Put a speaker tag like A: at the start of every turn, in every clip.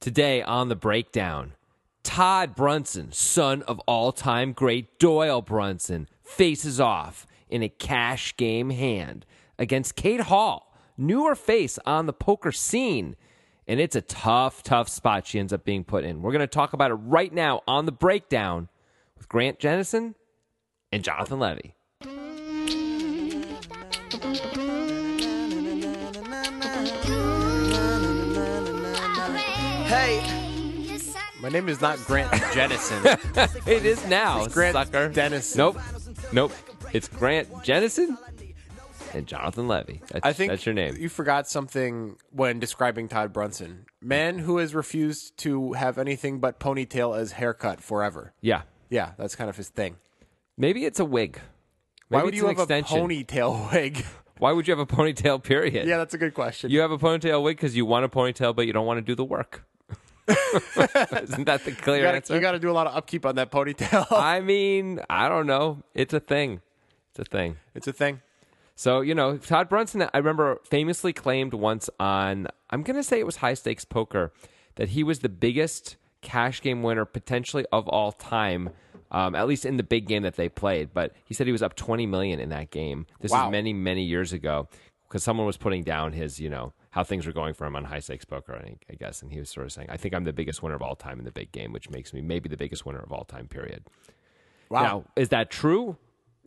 A: Today on the breakdown, Todd Brunson, son of all time great Doyle Brunson, faces off in a cash game hand against Kate Hall, newer face on the poker scene. And it's a tough, tough spot she ends up being put in. We're going to talk about it right now on the breakdown with Grant Jennison and Jonathan Levy.
B: My name is not Grant Jennison.
A: It is now,
B: It's Grant
A: sucker.
B: Dennison.
A: Nope. Nope. It's Grant Jennison and Jonathan Levy. That's,
B: I think
A: that's your name.
B: You forgot something when describing Todd Brunson. Man who has refused to have anything but ponytail as haircut forever.
A: yeah.
B: Yeah, that's kind of his thing.
A: Maybe it's a wig. Maybe
B: Why would
A: it's
B: you
A: an
B: have
A: extension.
B: a ponytail wig?
A: Why would you have a ponytail? Period.
B: yeah, that's a good question.
A: You have a ponytail wig because you want a ponytail, but you don't want to do the work. Isn't that the clear
B: You gotta,
A: answer?
B: you gotta do a lot of upkeep on that ponytail.
A: I mean, I don't know. It's a thing. It's a thing.
B: it's a thing.
A: So, you know, Todd Brunson, I remember famously claimed once on, I'm going to say it was high stakes poker, that he was the biggest cash game winner potentially of all time, um, at least in the big game that they played. But he said he was up 20 million in that game. This
B: Wow.
A: is many, many years ago because someone was putting down his, you know, how things were going for him on high stakes poker, I think- I guess. And he was sort of saying, I think I'm the biggest winner of all time in the big game, which makes me maybe the biggest winner of all time, period.
B: Wow.
A: Now, is that true?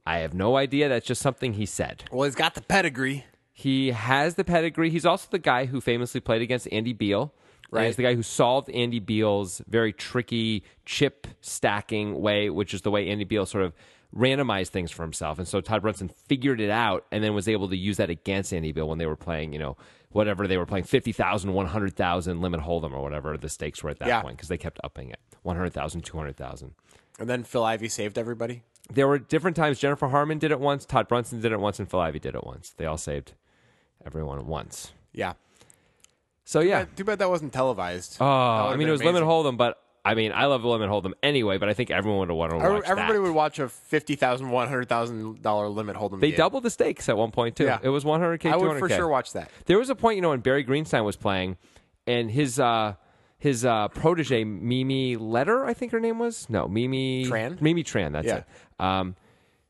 A: I have no idea. That's just something he said.
B: well, he's got the pedigree.
A: He has the pedigree. He's also the guy who famously played against Andy Beal.
B: Right.
A: And he's the guy who solved Andy Beal's very tricky chip stacking way, which is the way Andy Beal sort of randomized things for himself. And so Todd Brunson figured it out and then was able to use that against Andy Beal when they were playing, you know, whatever they were playing 50,000, 100,000 limit hold'em or whatever the stakes were at that
B: Yeah.
A: point because they kept upping it 100,000, 200,000
B: And then Phil Ivey saved everybody.
A: there were different times. Jennifer Harmon did it once. Todd Brunson did it once, and Phil Ivey did it once. They all saved everyone at once.
B: Yeah.
A: So yeah,
B: Too bad that wasn't televised.
A: oh,
B: That would've
A: I mean
B: been
A: it was
B: amazing.
A: limit hold'em, but I mean I love limit hold'em anyway. But I think everyone would want to watch
B: Every- Everybody
A: that.
B: would watch a fifty thousand, one hundred thousand dollar limit hold'em.
A: They
B: game.
A: doubled the stakes at one point too.
B: Yeah.
A: It was 100k,
B: I
A: 200k.
B: would for sure watch that.
A: There was a point, you know, when Barry Greenstein was playing, and his uh, his uh, protege Mimi Letter, I think her name was no Mimi
B: Tran?
A: Mimi Tran, that's
B: Yeah.
A: it. Um,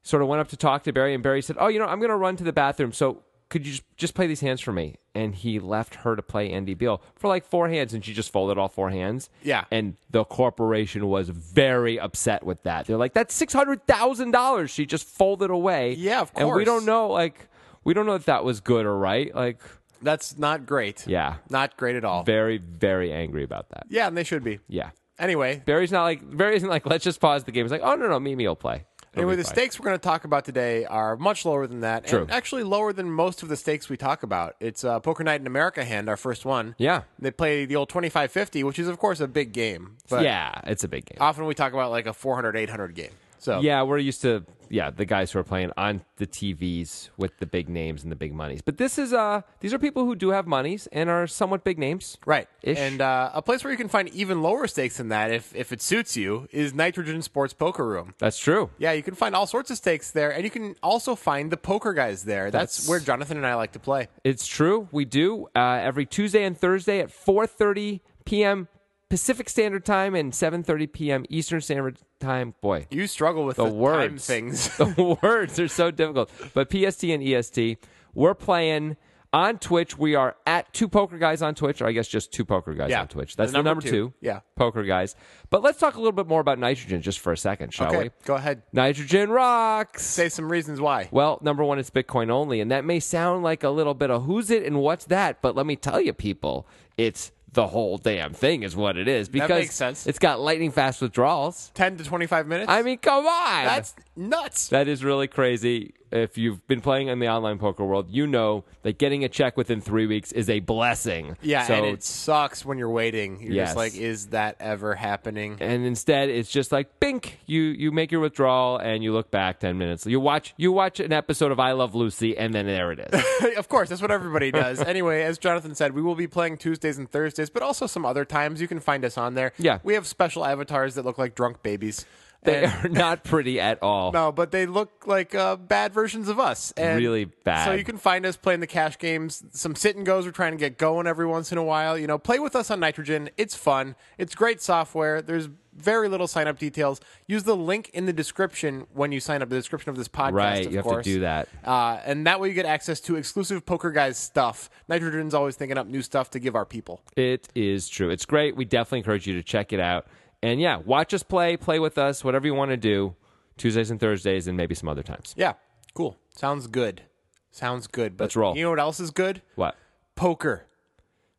A: sort of went up to talk to Barry, and Barry said, "Oh, you know, I'm going to run to the bathroom, so." Could you just, just play these hands for me? And he left her to play Andy Beal for like four hands, and she just folded all four hands.
B: Yeah.
A: And the corporation was very upset with that. They're like, that's $600,000 she just folded away.
B: Yeah, of
A: And we
B: course.
A: don't know, like, we don't know if that was good or right. Like,
B: That's not great.
A: yeah.
B: Not great at all.
A: Very, very angry about that.
B: yeah, and they should be.
A: Yeah.
B: Anyway,
A: Barry's not like, Barry isn't like, let's just pause the game. He's like, oh, no, no, Mimi will play. It'll
B: anyway,
A: be
B: the
A: fine.
B: stakes we're going to talk about today are much lower than that,
A: True.
B: and actually lower than most of the stakes we talk about. It's uh, Poker Night in America hand, our first one.
A: Yeah.
B: they play the old twenty five fifty, which is of course a big game. But Uh,
A: yeah, it's a big game.
B: often we talk about like a 400, 800 game. So
A: yeah, we're used to, yeah, the guys who are playing on the TVs with the big names and the big monies. But this is, uh, these are people who do have monies and are somewhat big names.
B: Right.
A: Ish.
B: And uh, a place where you can find even lower stakes than that, if, if it suits you, is Nitrogen Sports Poker Room.
A: That's true.
B: Yeah, you can find all sorts of stakes there, and you can also find the poker guys there. That's,
A: That's-
B: where Jonathan and I like to play.
A: It's true. We do uh, every Tuesday and Thursday at 4:30 p.m. Pacific Standard Time and 7:30 p.m. Eastern Standard Time. Boy,
B: You struggle with the,
A: the
B: time
A: words,
B: things.
A: the words are so difficult. But PST and EST, we're playing on Twitch. We are at two poker guys on Twitch, or I guess just two poker guys
B: Yeah.
A: on Twitch. That's the
B: The number
A: number,
B: two.
A: two.
B: Yeah.
A: poker guys. But let's talk a little bit more about nitrogen just for a second, shall
B: okay,
A: we?
B: go ahead.
A: Nitrogen rocks.
B: Say some reasons why.
A: Well, number one, it's Bitcoin only. And that may sound like a little bit of who's it and what's that, but let me tell you, people, it's the whole damn thing is what it is. Because
B: makes sense.
A: it's got lightning fast withdrawals.
B: 10 to 25 minutes?
A: I mean, come on.
B: That's nuts.
A: That is really crazy. If you've been playing in the online poker world, you know that getting a check within three weeks is a blessing.
B: yeah,
A: so
B: and it sucks when you're waiting. You're just
A: Yes.
B: like, is that ever happening?
A: and instead it's just like bink you you make your withdrawal and you look back 10 minutes you watch you watch an episode of i love lucy and then there it is
B: of course, that's what everybody does. anyway, as Jonathan said, we will be playing Tuesdays and Thursdays, but also some other times. You can find us on there.
A: Yeah.
B: We have special avatars that look like drunk babies.
A: They are not pretty at all.
B: No, but they look like uh, bad versions of us. And
A: Really bad.
B: So you can find us playing the cash games. Some sit and goes we're trying to get going every once in a while. You know, play with us on Nitrogen. It's fun. It's great software. There's very little sign up details. Use the link in the description when you sign up. The description of this podcast,
A: Right,
B: of
A: you have to
B: course.
A: do that.
B: Uh, and that way you get access to exclusive Poker Guys stuff. Nitrogen's always thinking up new stuff to give our people.
A: It is true. It's great. We definitely encourage you to check it out. And yeah, watch us play, play with us, whatever you want to do, Tuesdays and Thursdays, and maybe some other times.
B: Yeah, cool. Sounds good. Sounds good. But
A: Let's roll.
B: You know what else is good?
A: What?
B: Poker.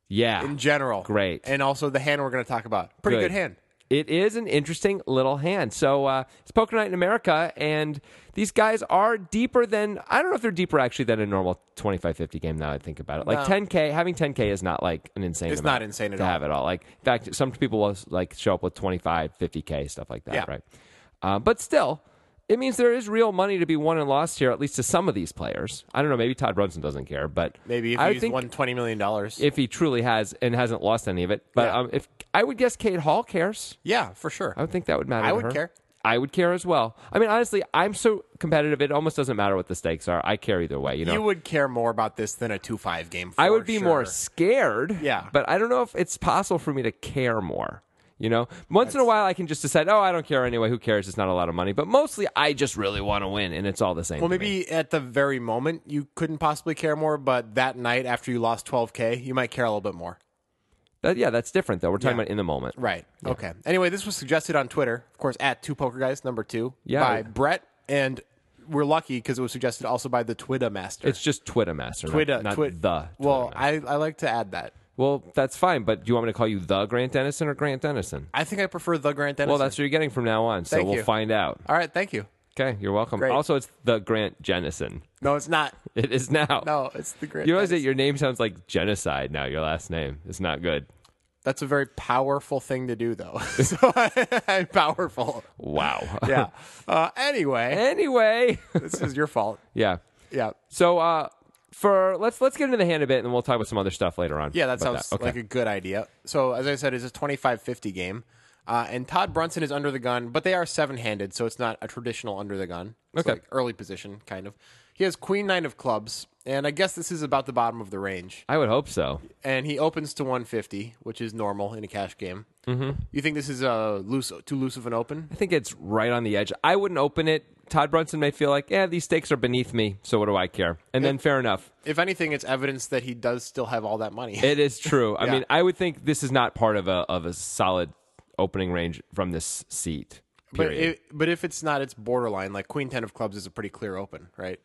A: Yeah.
B: in general.
A: Great.
B: And also the hand we're going to talk about. Pretty good, hand.
A: It is an interesting little hand. So uh, it's Poker Night in America, and these guys are deeper than I don't know if they're deeper actually than a normal 25-50 game. Now I think about it, like 10k, having 10k is not like an insane.
B: It's
A: amount
B: not insane at
A: to
B: all.
A: have at all. Like in fact, some people will like show up with 25, 50k stuff like that,
B: Yeah.
A: right? Uh, but still. It means there is real money to be won and lost here, at least to some of these players. I don't know. Maybe Todd Brunson doesn't care, but
B: Maybe if
A: I would
B: he's
A: think
B: won $20 million.
A: if he truly has and hasn't lost any of it. But
B: Yeah.
A: um, if I would guess, Kate Hall cares.
B: yeah, for sure.
A: I would think that would matter.
B: I
A: to
B: would
A: her.
B: care.
A: I would care as well. I mean, honestly, I'm so competitive; it almost doesn't matter what the stakes are. I care either way. You know,
B: you would care more about this than a 2 5 game. For
A: I would be
B: sure.
A: more scared.
B: Yeah.
A: but I don't know if it's possible for me to care more. You know, once in a while, I can just decide, oh, I don't care anyway. Who cares? It's not a lot of money. But mostly, I just really want to win, and it's all the same.
B: Well,
A: to me.
B: maybe at the very moment you couldn't possibly care more, but that night after you lost 12K, you might care a little bit more.
A: That- yeah, that's different though. We're talking
B: Yeah.
A: about in the moment.
B: Right. Okay. Anyway, this was suggested on Twitter, of course, at Two Poker Guys, number two,
A: Yeah.
B: by Brett. And we're lucky because it was suggested also by the Twitter Master.
A: It's just Twitter master, not-
B: Twitter.
A: not,
B: Twi-
A: the.
B: Well,
A: Twitter Master.
B: I, I like to add that.
A: well, that's fine. But do you want me to call you the Grant Dennison or Grant Dennison?
B: I think I prefer the Grant Dennison.
A: Well, that's what you're getting from now on. So
B: Thank
A: we'll
B: you.
A: find out.
B: All right. Thank you.
A: Okay, you're welcome.
B: Great.
A: Also, it's the Grant Jennison.
B: No, it's not.
A: It is now.
B: No, it's the Grant.
A: You realize that
B: Dennison.
A: your name sounds like genocide now, your last name. It's not good.
B: That's a very powerful thing to do, though. so I'm powerful.
A: Wow.
B: Yeah. Uh, anyway,
A: anyway.
B: this is your fault.
A: yeah.
B: Yeah.
A: So uh for let's let's get into the hand a bit and then we'll talk about some other stuff later on.
B: Yeah, that
A: about
B: sounds
A: Okay.
B: like a good idea. So, as I said, it's a 25 50 game. Uh, and Todd Brunson is under the gun, but they are seven handed, so it's not a traditional under the gun. It's
A: Okay.
B: like early position, kind of. He has Queen Nine of Clubs, and I guess this is about the bottom of the range.
A: I would hope so.
B: And he opens to 150, which is normal in a cash game. Mm-hmm. You think this is uh, loose, too loose of an open?
A: I think it's right on the edge. I wouldn't open it. Todd Brunson may feel like, yeah, these stakes are beneath me, so what do I care? And then fair enough.
B: If anything, it's evidence that he does still have all that money.
A: It is true. I
B: Yeah.
A: mean, I would think this is not part of a of a solid opening range from this seat.
B: but,
A: Period.
B: it, but if it's not, it's borderline. Like Queen Ten of Clubs is a pretty clear open, right?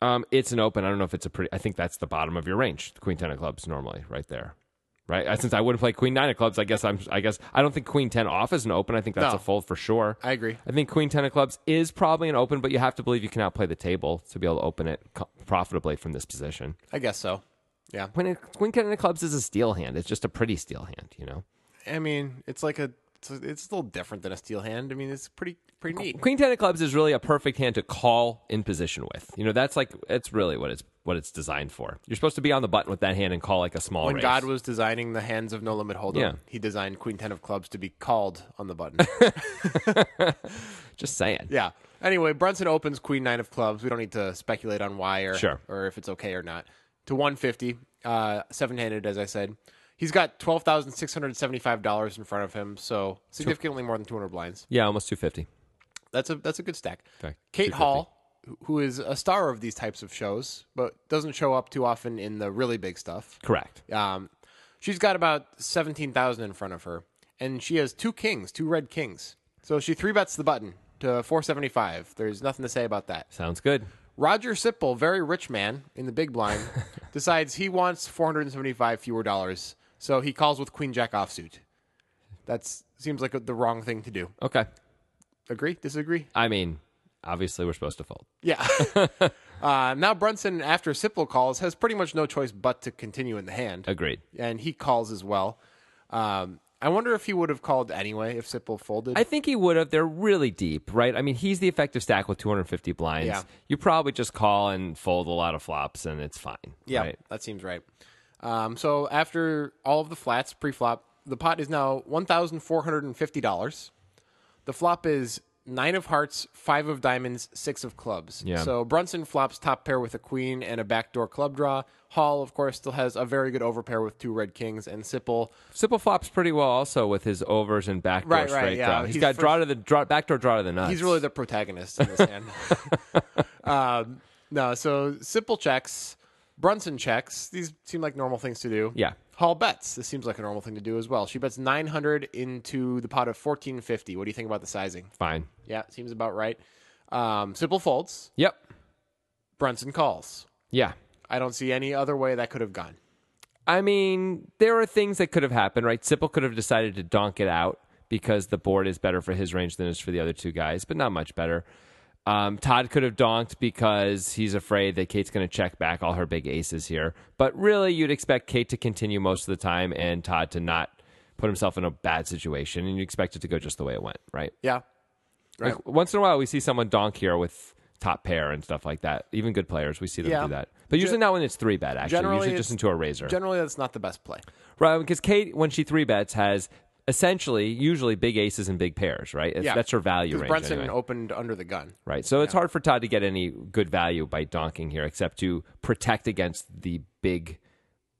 A: Um, it's an open. I don't know if it's a pretty. I think that's the bottom of your range. The queen ten of clubs normally right there, right? Uh, Since I wouldn't play queen nine of clubs, I guess I'm. I guess I don't think queen ten off is an open. I think that's
B: No.
A: a fold for sure.
B: I agree.
A: I think queen ten of clubs is probably an open, but you have to believe you can outplay the table to be able to open it co- profitably from this position.
B: I guess so. Yeah.
A: Queen queen ten of clubs is a steel hand. It's just a pretty steel hand, you know.
B: I mean, it's like a it's, a- it's a little different than a steel hand. I mean, it's pretty pretty neat.
A: Queen ten of clubs is really a perfect hand to call in position with. You know, that's like it's really what it's what it's designed for. You're supposed to be on the button with that hand and call like a small.
B: When
A: raise.
B: God was designing the hands of No Limit Hold'em,
A: Yeah.
B: he designed Queen Ten of Clubs to be called on the button.
A: just saying.
B: yeah. Anyway, Brunson opens Queen Nine of Clubs. We don't need to speculate on why or
A: Sure.
B: or if it's okay or not. To 150, uh, seven handed, as I said. He's got twelve thousand six hundred seventy five dollars in front of him, so significantly more than two hundred blinds.
A: Yeah, almost 250.
B: That's a that's a good stack.
A: Okay,
B: Kate
A: 250.
B: Hall, who- who is a star of these types of shows, but doesn't show up too often in the really big stuff.
A: Correct.
B: Um, she's got about seventeen thousand in front of her, and she has two kings, two red kings. So she three bets the button to four seventy five. There's nothing to say about that.
A: Sounds good.
B: Roger Sipple, very rich man in the big blind, decides he wants four hundred and seventy five fewer dollars, so he calls with Queen Jack offsuit. That seems like the wrong thing to do.
A: Okay.
B: Agree? Disagree?
A: I mean, obviously we're supposed to fold.
B: Yeah. uh, now Brunson, after Sipple calls, has pretty much no choice but to continue in the hand,
A: Agreed.
B: and he calls as well. Um, I wonder if he would have called anyway if Sipple folded.
A: I think he would have. They're really deep, right? I mean, he's the effective stack with 250 blinds.
B: Yeah.
A: You probably just call and fold a lot of flops and it's fine.
B: yeah,
A: Right?
B: that seems right. Um, so after all of the flats pre-flop, the pot is now one thousand four hundred and fifty dollars. The flop is nine of hearts, five of diamonds, six of clubs.
A: Yeah.
B: So Brunson flops top pair with a queen and a backdoor club draw. Hall, of course, still has a very good overpair with two red kings, and Sipple
A: Sipple flops pretty well also with his overs and backdoor
B: Right, right,
A: straight
B: yeah.
A: draw. he's
B: He's
A: got
B: first-
A: draw to the draw, backdoor draw to the nuts.
B: He's really the protagonist in this hand. um, no, so simple checks, Brunson checks. These seem like normal things to do.
A: Yeah.
B: Hall bets. This seems like a normal thing to do as well. She bets 900 into the pot of 1450. What do you think about the sizing?
A: fine.
B: Yeah, seems about right. Um, simple folds.
A: Yep.
B: Brunson calls.
A: Yeah.
B: I don't see any other way that could have gone.
A: I mean, there are things that could have happened, right? Sipple could have decided to donk it out because the board is better for his range than it is for the other two guys, but not much better. Um, Todd could have donked because he's afraid that Kate's going to check back all her big aces here. But really, you'd expect Kate to continue most of the time and Todd to not put himself in a bad situation, and you expect it to go just the way it went, right?
B: Yeah. Right.
A: Like, once in a while, we see someone donk here with top pair and stuff like that. Even good players, we see them
B: Yeah.
A: do that. But usually not when it's three bet, actually.
B: generally
A: Usually just
B: it's-
A: into a razor.
B: Generally, that's not the best play.
A: Right, because Kate, when she three bets, has essentially usually big aces and big pairs, right? It's-
B: Yeah.
A: That's her value
B: 'Cause
A: range.
B: Brunson
A: anyway,
B: opened under the gun.
A: right. So it's hard for Todd to get any good value by donking here, except to protect against the big,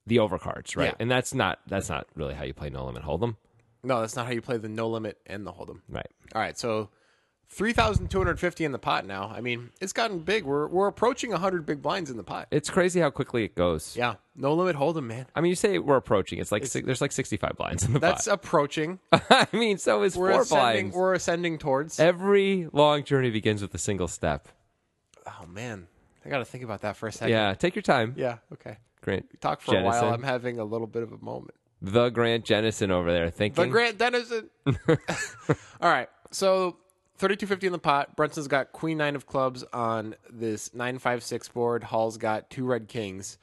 A: the overcards, right?
B: Yeah.
A: And that's not that's not really how you play no limit hold'em,
B: No, that's not how you play the no limit and the hold'em.
A: right?
B: All right, so 3,250 in the pot now. I mean, it's gotten big. We're we're approaching 100 big blinds in the pot.
A: It's crazy how quickly it goes.
B: Yeah, no limit hold'em, man.
A: I mean, you say we're approaching. It's like si- there's like 65 blinds in the
B: That's
A: pot.
B: approaching.
A: I mean, so is
B: We're
A: four
B: ascending.
A: blinds. Eh.
B: We're ascending towards.
A: Every long journey begins with a single step.
B: Oh man, I got to think about that for a second.
A: Yeah, take your time.
B: Yeah, Okay.
A: Great.
B: Talk for a
A: Jennison.
B: while. I'm having a little bit of a moment.
A: the Grant Jennison over there thinking.
B: But Grant Dennison. All right, so. 3250 in the pot. Brunson's got queen nine of clubs on this 956 board. Hall's got two red kings.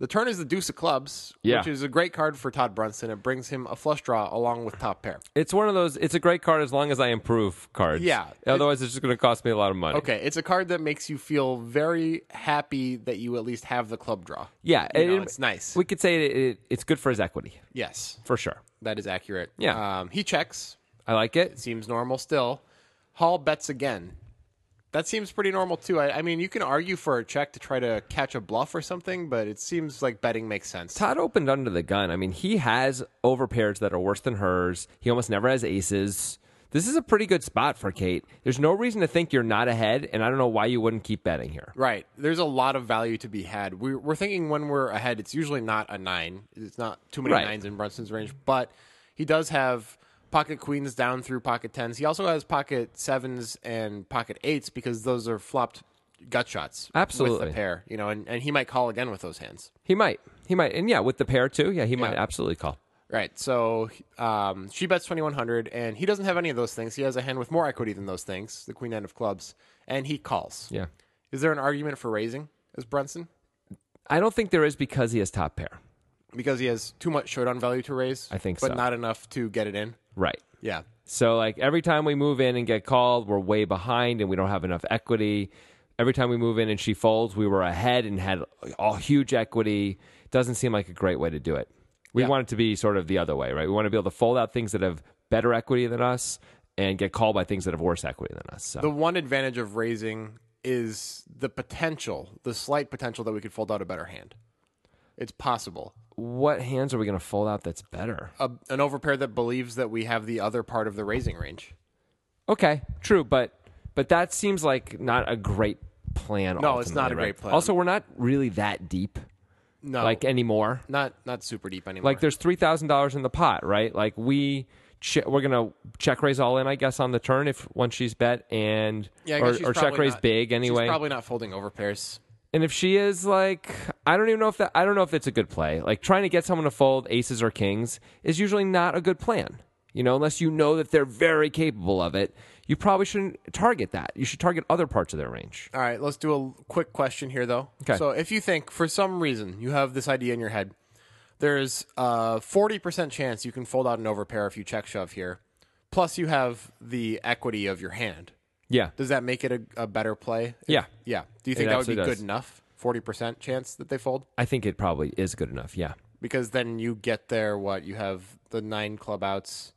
B: The turn is the deuce of clubs,
A: Yeah.
B: which is a great card for Todd Brunson. It brings him a flush draw along with top pair.
A: it's one of those. It's a great card as long as I improve cards.
B: Yeah.
A: Otherwise, it's just going to cost me a lot of money.
B: Okay, it's a card that makes you feel very happy that you at least have the club draw.
A: Yeah,
B: You know, it's nice.
A: We could say it, it, it's good for his equity
B: Yes,
A: for sure.
B: that is accurate.
A: Yeah.
B: Um, he checks.
A: I like it.
B: Seems normal still. Hall bets again. That seems pretty normal too. I, I mean, you can argue for a check to try to catch a bluff or something, but it seems like betting makes sense.
A: Todd opened under the gun. I mean, he has overpairs that are worse than hers. He almost never has aces. This is a pretty good spot for Kate. There's no reason to think you're not ahead, and I don't know why you wouldn't keep betting here.
B: Right. There's a lot of value to be had. We're, we're thinking when we're ahead, it's usually not a nine. It's not too many
A: Right.
B: nines in Brunson's range, but he does have pocket queens down through pocket tens. He also has pocket sevens and pocket eights because those are flopped gut shots. With
A: Absolutely.
B: the pair, you know, and, and he might call again with those hands.
A: He might. He might. And yeah, with the pair too. Yeah, he might
B: Yeah.
A: absolutely call.
B: Right. So um, she bets 2100, and he doesn't have any of those things. He has a hand with more equity than those things, the queen nine of clubs, and he calls.
A: Yeah.
B: Is there an argument for raising as Brunson?
A: I don't think there is because he has top pair.
B: because he has too much showdown value to raise.
A: I think
B: but
A: so.
B: not enough to get it in.
A: Right.
B: Yeah,
A: So like every time we move in and get called, we're way behind and we don't have enough equity. Every time we move in and she folds, we were ahead and had all huge equity. Doesn't seem like a great way to do it. We
B: Yeah.
A: want it to be sort of the other way, right? We want to be able to fold out things that have better equity than us and get called by things that have worse equity than us. So
B: the one advantage of raising is the potential, the slight potential that we could fold out a better hand. It's possible.
A: what hands are we going to fold out that's better?
B: A, an overpair that believes that we have the other part of the raising range.
A: Okay, true, but but that seems like not a great plan.
B: No, it's not
A: ultimately,
B: a great
A: right?
B: plan.
A: Also, we're not really that deep
B: No,
A: like anymore.
B: not not super deep anymore.
A: like there's three thousand dollars in the pot, right? Like we che- we're gonna check raise all in, I guess, on the turn if once she's bet and
B: yeah, I guess
A: or,
B: she's
A: or check
B: probably
A: raise
B: not-
A: big anyway.
B: She's probably not folding overpairs.
A: and if she is like, I don't even know if that I don't know if it's a good play. Like trying to get someone to fold aces or kings is usually not a good plan. You know, unless you know that they're very capable of it, you probably shouldn't target that. You should target other parts of their range.
B: All right, let's do a quick question here, though.
A: Okay.
B: So, if you think for some reason you have this idea in your head, there's a 40% chance you can fold out an overpair if you check shove here, plus you have the equity of your hand.
A: Yeah,
B: Does that make it a, a better play?
A: Yeah.
B: Yeah. Do you think
A: It
B: that would be
A: absolutely does.
B: good enough? 40% chance that they fold?
A: I think it probably is good enough. Yeah.
B: Because then you get there, what? You have the nine club outs,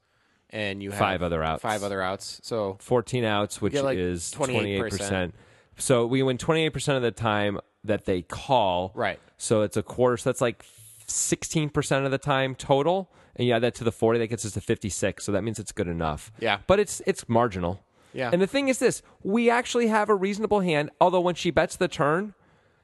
B: and you have
A: Five other outs.
B: Five other outs. So
A: 14 outs, which
B: Yeah, like
A: is 28%.
B: 28%.
A: So we win 28% of the time that they call.
B: Right.
A: So it's a quarter. So that's like 16% of the time total. And you add that to the 40, that gets us to 56. So that means it's good enough.
B: Yeah.
A: But it's it's marginal.
B: Yeah.
A: And the thing is this we actually have a reasonable hand, although when she bets the turn,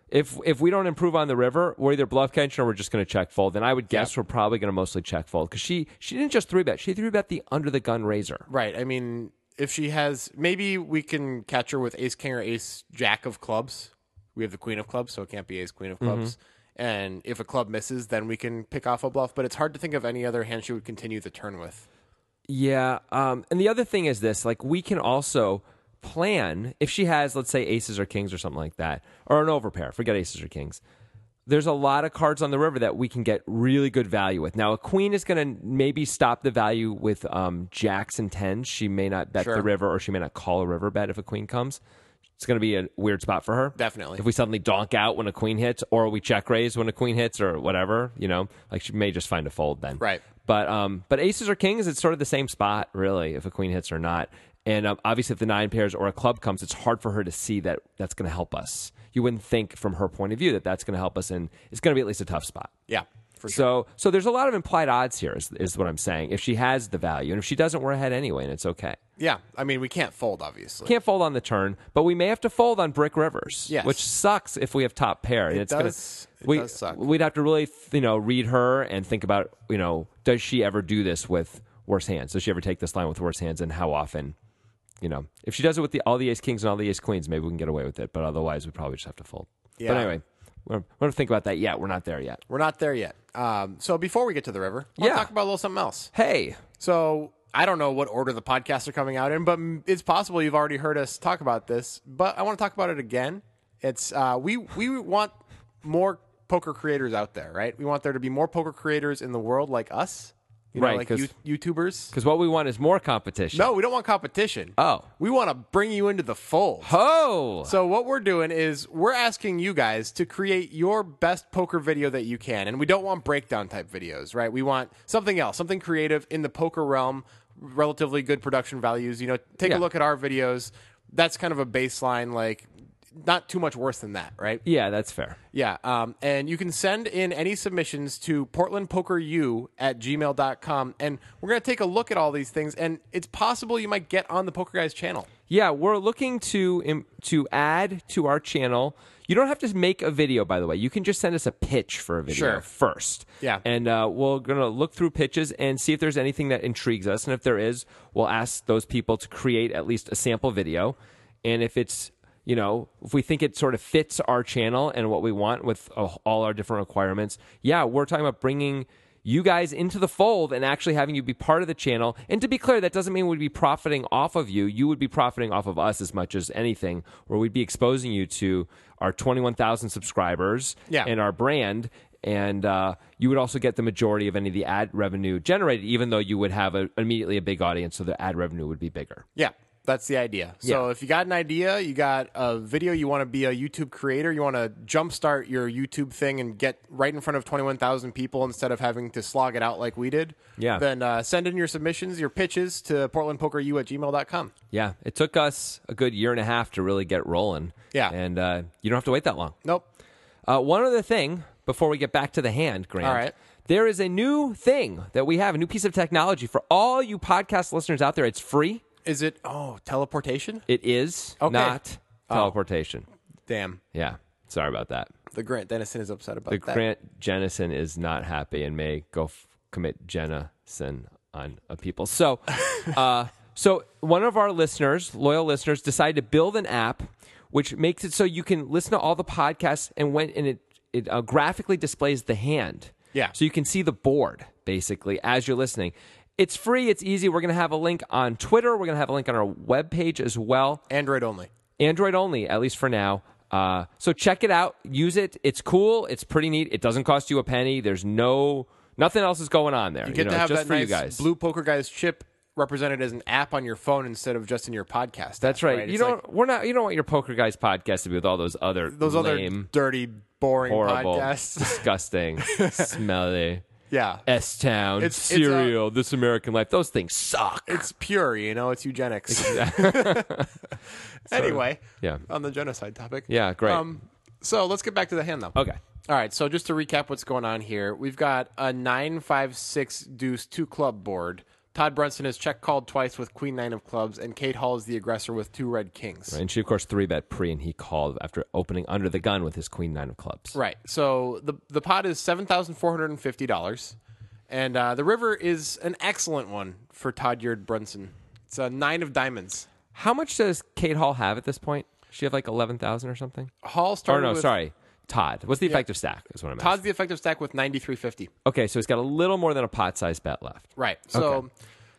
A: if if we don't improve on the river, we're either bluff catching or we're just going to check fold. And I would guess we're probably going to mostly check fold because she, she didn't just three bet, she three bet the under the gun razor.
B: right. I mean, if she has, maybe we can catch her with ace king or ace jack of clubs. We have the queen of clubs, so it can't be ace queen of
A: Mm-hmm.
B: clubs. And if a club misses, then we can pick off a bluff. But it's hard to think of any other hand she would continue the turn with.
A: Yeah. Um, and the other thing is this like, we can also plan if she has, let's say, aces or kings or something like that, or an overpair, forget aces or kings. There's a lot of cards on the river that we can get really good value with. Now, a queen is going to maybe stop the value with um, jacks and tens. She may not bet the
B: Sure.
A: river or she may not call a river bet if a queen comes. It's going to be a weird spot for her.
B: Definitely.
A: If we suddenly donk out when a queen hits or we check raise when a queen hits or whatever, you know, like she may just find a fold then.
B: Right.
A: But um, but aces or kings, it's sort of the same spot, really, if a queen hits or not. And um, obviously, if the nine pairs or a club comes, it's hard for her to see that that's going to help us. You wouldn't think from her point of view that that's going to help us, and it's going to be at least a tough spot.
B: Yeah, for sure.
A: So so there's a lot of implied odds here, is, is what I'm saying. If she has the value, and if she doesn't, we're ahead anyway, and it's okay.
B: Yeah, I mean, we can't fold, obviously.
A: Can't fold on the turn, but we may have to fold on brick rivers,
B: Yes.
A: which sucks if we have top pair. and
B: It
A: it's
B: does-
A: gonna
B: it
A: we
B: does suck.
A: we'd have to really you know read her and think about you know does she ever do this with worse hands? Does she ever take this line with worse hands, and how often? You know, if she does it with the, all the ace kings and all the ace queens, maybe we can get away with it. But otherwise, we probably just have to fold.
B: Yeah.
A: But anyway, we're, we're gonna think about that yet. We're not there yet.
B: We're not there yet. Um, so before we get to the river, I
A: Yeah.
B: want to talk about a little something else.
A: Hey,
B: So I don't know what order the podcasts are coming out in, but mm, it's possible you've already heard us talk about this. But I want to talk about it again. It's uh, we we want more poker creators out there, right? We want there to be more poker creators in the world like us, you know,
A: Right,
B: Like
A: 'cause-
B: you, YouTubers.
A: because what we want is more competition.
B: No, we don't want competition.
A: Oh.
B: we want to bring you into the fold.
A: Oh,
B: So what we're doing is we're asking you guys to create your best poker video that you can, and we don't want breakdown type videos, right? We want something else, something creative in the poker realm, relatively good production values. You know, take
A: Yeah.
B: a look at our videos. That's kind of a baseline, like not too much worse than that, right?
A: yeah, that's fair.
B: Yeah. Um, and you can send in any submissions to portlandpokeru at gmail.com. And we're going to take a look at all these things. And it's possible you might get on the Poker Guys channel.
A: Yeah, we're looking to im- to add to our channel. You don't have to make a video, by the way. You can just send us a pitch for a video
B: Sure.
A: first.
B: Yeah.
A: and uh, we're gonna look through pitches and see if there's anything that intrigues us, and if there is, we'll ask those people to create at least a sample video, and if it's you know if we think it sort of fits our channel and what we want with uh, all our different requirements, yeah, we're talking about bringing. You guys into the fold and actually having you be part of the channel. And to be clear, that doesn't mean we'd be profiting off of you. You would be profiting off of us as much as anything, where we'd be exposing you to our 21,000 subscribers
B: Yeah.
A: and our brand. And uh, you would also get the majority of any of the ad revenue generated, even though you would have a, immediately a big audience, so the ad revenue would be bigger.
B: Yeah, that's the idea. So if you got an idea, you got a video, you want to be a YouTube creator, you want to jumpstart your YouTube thing and get right in front of 21,000 people instead of having to slog it out like we did,
A: Yeah.
B: then uh, send in your submissions, your pitches to portlandpokeru at gmail.com.
A: Yeah, it took us a good year and a half to really get rolling.
B: Yeah.
A: and uh, you don't have to wait that long.
B: Nope.
A: Uh, one other thing before we get back to the hand, Grant.
B: All right.
A: There is a new thing that we have, a new piece of technology for all you podcast listeners out there. It's free.
B: Is it, oh, teleportation?
A: It is
B: Okay. Oh.
A: not teleportation.
B: Damn.
A: Yeah. Sorry about that.
B: The Grant Dennison is upset about
A: The
B: that.
A: Grant Jennison is not happy and may go f- commit Jennison on a people. So, uh, so one of our listeners, loyal listeners, decided to build an app which makes it so you can listen to all the podcasts and when and it it uh, graphically displays the hand.
B: Yeah.
A: So you can see the board basically as you're listening. It's free. It's easy. We're going to have a link on Twitter. We're going to have a link on our webpage as well.
B: Android only.
A: Android only, at least for now. Uh, so check it out, use it. It's cool. It's pretty neat. It doesn't cost you a penny. There's no nothing else is going on there. You
B: You get
A: know,
B: to have
A: just
B: that
A: for
B: nice
A: you guys.
B: blue poker guys chip represented as an app on your phone instead of just in your podcast.
A: That's right. You
B: It's like
A: don't. we're not. You don't want your poker guys podcast to be with all those other
B: those
A: lame,
B: other dirty, boring
A: horrible,
B: podcasts.
A: disgusting, smelly.
B: Yeah.
A: S Town,
B: It's- it's, uh,
A: Serial, This American Life. Those things suck.
B: It's pure, you know, it's eugenics. anyway,
A: Yeah.
B: on the genocide topic.
A: Yeah, great.
B: Um, so let's get back to the hand, though.
A: Okay.
B: All right, so just to recap what's going on here, we've got a 956 deuce two club board. Todd Brunson is check called twice with queen nine of clubs, and Kate Hall is the aggressor with two red kings.
A: And she, of course, three bet pre, and he called after opening under the gun with his queen nine of clubs.
B: Right. So the the pot is seven thousand four hundred and fifty dollars, and uh, the river is an excellent one for Todd Yard Brunson. It's a nine of diamonds.
A: How much does Kate Hall have at this point? Does She have like eleven thousand or something.
B: Hall
A: Or
B: started.
A: no,
B: with,
A: sorry, Todd. What's the effective stack? Is what I'm asking.
B: Todd's the effective stack with ninety three fifty.
A: Okay, so he's got a little more than a pot size bet left.
B: Right. So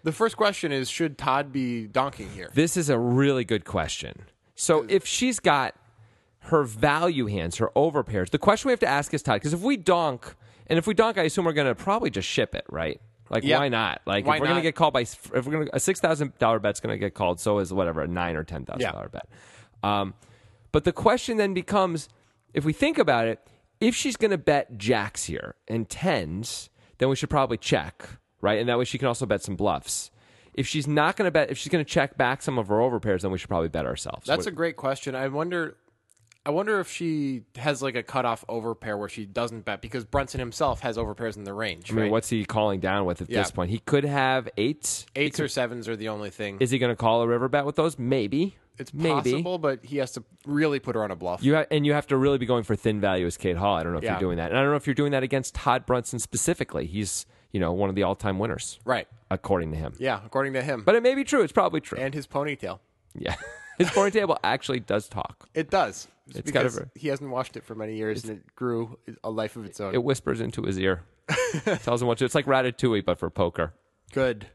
B: the first question is: Should Todd be donking here?
A: This is a really good question. So if she's got her value hands, her overpairs, the question we have to ask is Todd, because if we donk, and if we donk, I assume we're going to probably just ship it, right? Like
B: Yeah.
A: why not? Like
B: Why
A: if we're going
B: not?
A: to get called by, if we're going to a six thousand dollar bet's going to get called, so is whatever a nine or ten thousand thousand dollar bet. Um, but the question then becomes, if we think about it, if she's going to bet jacks here and tens, then we should probably check, right? And that way she can also bet some bluffs. If she's not going to bet, if she's going to check back some of her overpairs, then we should probably bet ourselves.
B: That's a great question. I wonder. I wonder if she has like a cutoff overpair where she doesn't bet because Brunson himself has overpairs in the range.
A: I mean,
B: right?
A: what's he calling down with at
B: Yeah.
A: this point? He could have eights.
B: eights or sevens are the only thing.
A: Is he going to call a river bet with those? Maybe.
B: It's
A: maybe.
B: possible, but he has to really put her on a bluff.
A: You ha- and you have to really be going for thin value as Kate Hall. I don't know if
B: Yeah.
A: you're doing that, and I don't know if you're doing that against Todd Brunson specifically. He's you know one of the all time winners,
B: right.
A: according to him.
B: Yeah, according to him.
A: But it may be true. It's probably true.
B: and his ponytail.
A: yeah, his point table actually does talk.
B: It does. It's,
A: got a
B: because
A: ver-
B: he hasn't washed it for many years and it grew a life of its own.
A: It whispers into his ear, tells him what to. It's like Ratatouille, but for poker.
B: Good.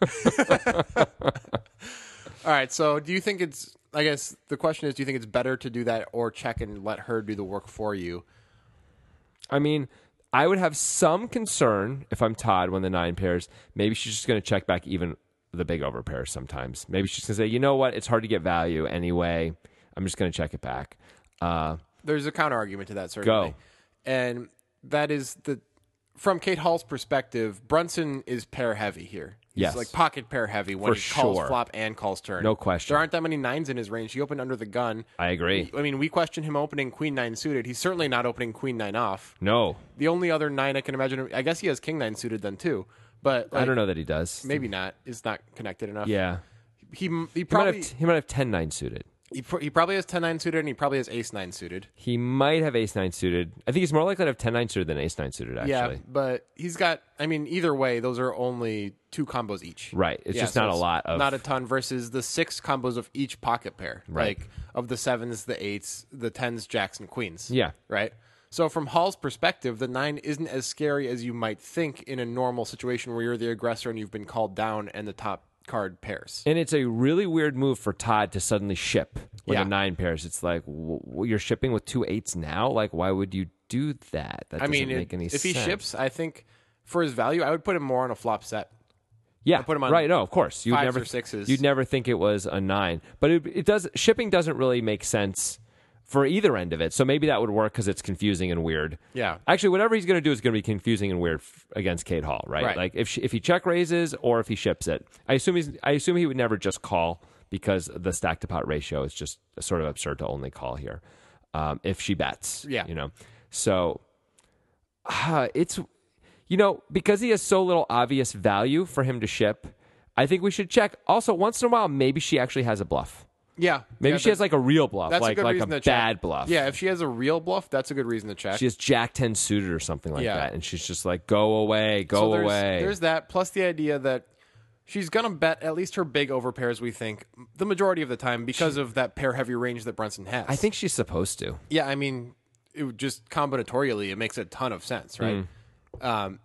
B: All right, so do you think it's I guess the question is do you think it's better to do that or check and let her do the work for you?
A: I mean, I would have some concern if I'm Todd when the nine pairs. Maybe she's just going to check back even the big over pairs sometimes. Maybe she's going to say, you know what? It's hard to get value anyway. I'm just going to check it back. Uh,
B: There's a counter argument to that certainly.
A: Go.
B: And that is the from Kate Hall's perspective, Brunson is pair heavy here. He's
A: Yes.
B: like pocket pair heavy when
A: For
B: he calls
A: sure.
B: flop and calls turn.
A: No question.
B: There aren't that many nines in his range. He opened under the gun.
A: I agree.
B: I mean, we question him opening queen nine suited. He's certainly not opening queen nine off.
A: No,
B: The only other nine I can imagine, I guess he has king nine suited then too, but
A: I
B: like,
A: don't know that he does.
B: Maybe not. It's not connected enough.
A: Yeah.
B: He he
A: He might,
B: probably
A: have, he might have 10 9 suited.
B: he, pr- he probably has ten nine suited and he probably has ace nine suited.
A: He might have ace 9 suited. I think he's more likely to have 10 9 suited than ace 9 suited, actually.
B: Yeah, but he's got. I mean, either way, those are only two combos each.
A: Right. It's
B: Yeah,
A: just
B: so
A: not a lot of-
B: not a ton versus the six combos of each pocket pair.
A: Right.
B: Like of the sevens, the eights, the tens, jacks, and queens.
A: Yeah.
B: Right. So from Hall's perspective, the nine isn't as scary as you might think in a normal situation where you're the aggressor and you've been called down and the top card pairs.
A: And it's a really weird move for Todd to suddenly ship with
B: Yeah.
A: a nine pairs. It's like w- w- you're shipping with two eights now. Like, why would you do that? That
B: I
A: doesn't
B: mean,
A: make
B: it-
A: any
B: if
A: sense.
B: he ships, I think for his value, I would put him more on a flop set.
A: yeah,
B: put him on
A: right. No, of course, you'd
B: fives
A: never
B: or sixes.
A: You'd never think it was a nine, but it, it does. Shipping doesn't really make sense for either end of it. So maybe that would work because it's confusing and weird.
B: Yeah.
A: Actually, whatever he's going to do is going to be confusing and weird f- against Kate Hall, right?
B: Right.
A: Like if she, if he check raises or if he ships it, I assume he's I assume he would never just call because the stack to pot ratio is just sort of absurd to only call here. Um, if she bets,
B: Yeah.
A: you know, so uh, it's you know because he has so little obvious value for him to ship. I think we should check. Also, once in a while, maybe she actually has a bluff.
B: Yeah,
A: Maybe
B: Yeah,
A: she has like a real bluff,
B: that's
A: like
B: a good
A: like
B: reason
A: a
B: to check.
A: bad bluff.
B: Yeah, if she has a real bluff, that's a good reason to check.
A: She has Jack 10 suited or something like
B: Yeah.
A: that. And she's just like, go away, go
B: So there's,
A: away.
B: There's that. Plus the idea that she's gonna bet at least her big overpairs. We think the majority of the time because of that pair heavy range that Brunson has.
A: I think she's supposed to.
B: Yeah,
A: Mm.
B: I mean, it would just combinatorially, it makes a ton of sense, right? Um,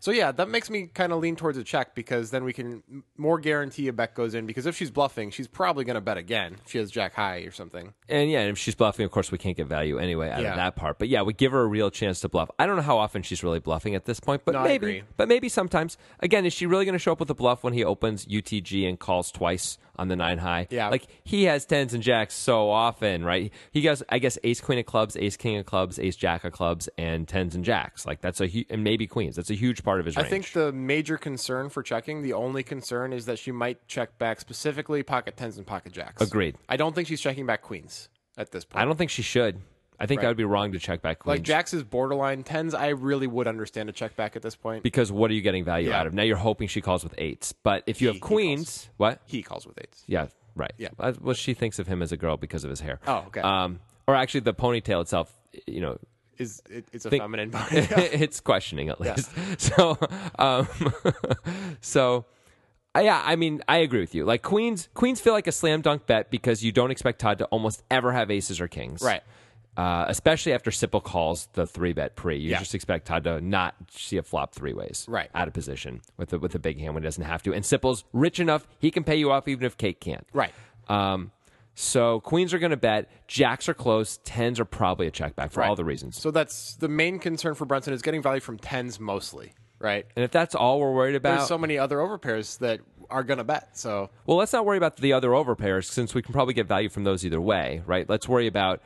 B: So yeah, that makes me kind of lean towards a check because then we can m- more guarantee a bet goes in. Because if she's bluffing, she's probably going to bet again. If she has Jack high or something.
A: And yeah, and if she's bluffing, of course, we can't get value anyway out
B: Yeah.
A: of that part. But yeah, we give her a real chance to bluff. I don't know how often she's really bluffing at this point, but
B: No, I
A: maybe.
B: agree.
A: But maybe sometimes. Again, is she really going to show up with a bluff when he opens UTG and calls twice on the nine high?
B: Yeah.
A: Like he has tens and jacks so often, right? He goes, I guess, ace queen of clubs, ace king of clubs, ace jack of clubs, and tens and jacks. Like that's a huge, and maybe queens. That's a huge part of his range.
B: I think the major concern for checking, the only concern is that she might check back specifically pocket tens and pocket jacks.
A: Agreed.
B: I don't think she's checking back queens at this point.
A: I don't think she should. I think that would be wrong to check back queens.
B: like jacks is borderline tens. I really would understand a check back at this point.
A: because what are you getting value
B: Yeah.
A: out of? Now you're hoping she calls with eights. But if you have
B: he calls.
A: queens, what?
B: he calls with eights.
A: Yeah, right.
B: Yeah.
A: Uh, Well, she thinks of him as a girl because of his hair.
B: Oh, okay.
A: Um, or actually, the ponytail itself, you know,
B: Is it, it's a
A: Think-
B: feminine body?
A: it's questioning at least. So, um, so. uh, Yeah, I mean, I agree with you. Like queens, queens feel like a slam dunk bet because you don't expect Todd to almost ever have aces or kings,
B: Right.
A: Uh, especially after Sipple calls the three bet pre, you
B: Yeah.
A: just expect Todd to not see a flop three ways,
B: Right.
A: Out of position with a, with a big hand when he doesn't have to. And Sipple's rich enough; he can pay you off even if Kate can't,
B: right.
A: um, so queens are going to bet. Jacks are close. Tens are probably a check back for all
B: Right.
A: the reasons.
B: So that's the main concern for Brunson is getting value from tens mostly, right?
A: And if that's all we're worried about,
B: There's so many other overpairs that are going to bet. So
A: well, let's not worry about the other overpairs since we can probably get value from those either way, right? Let's worry about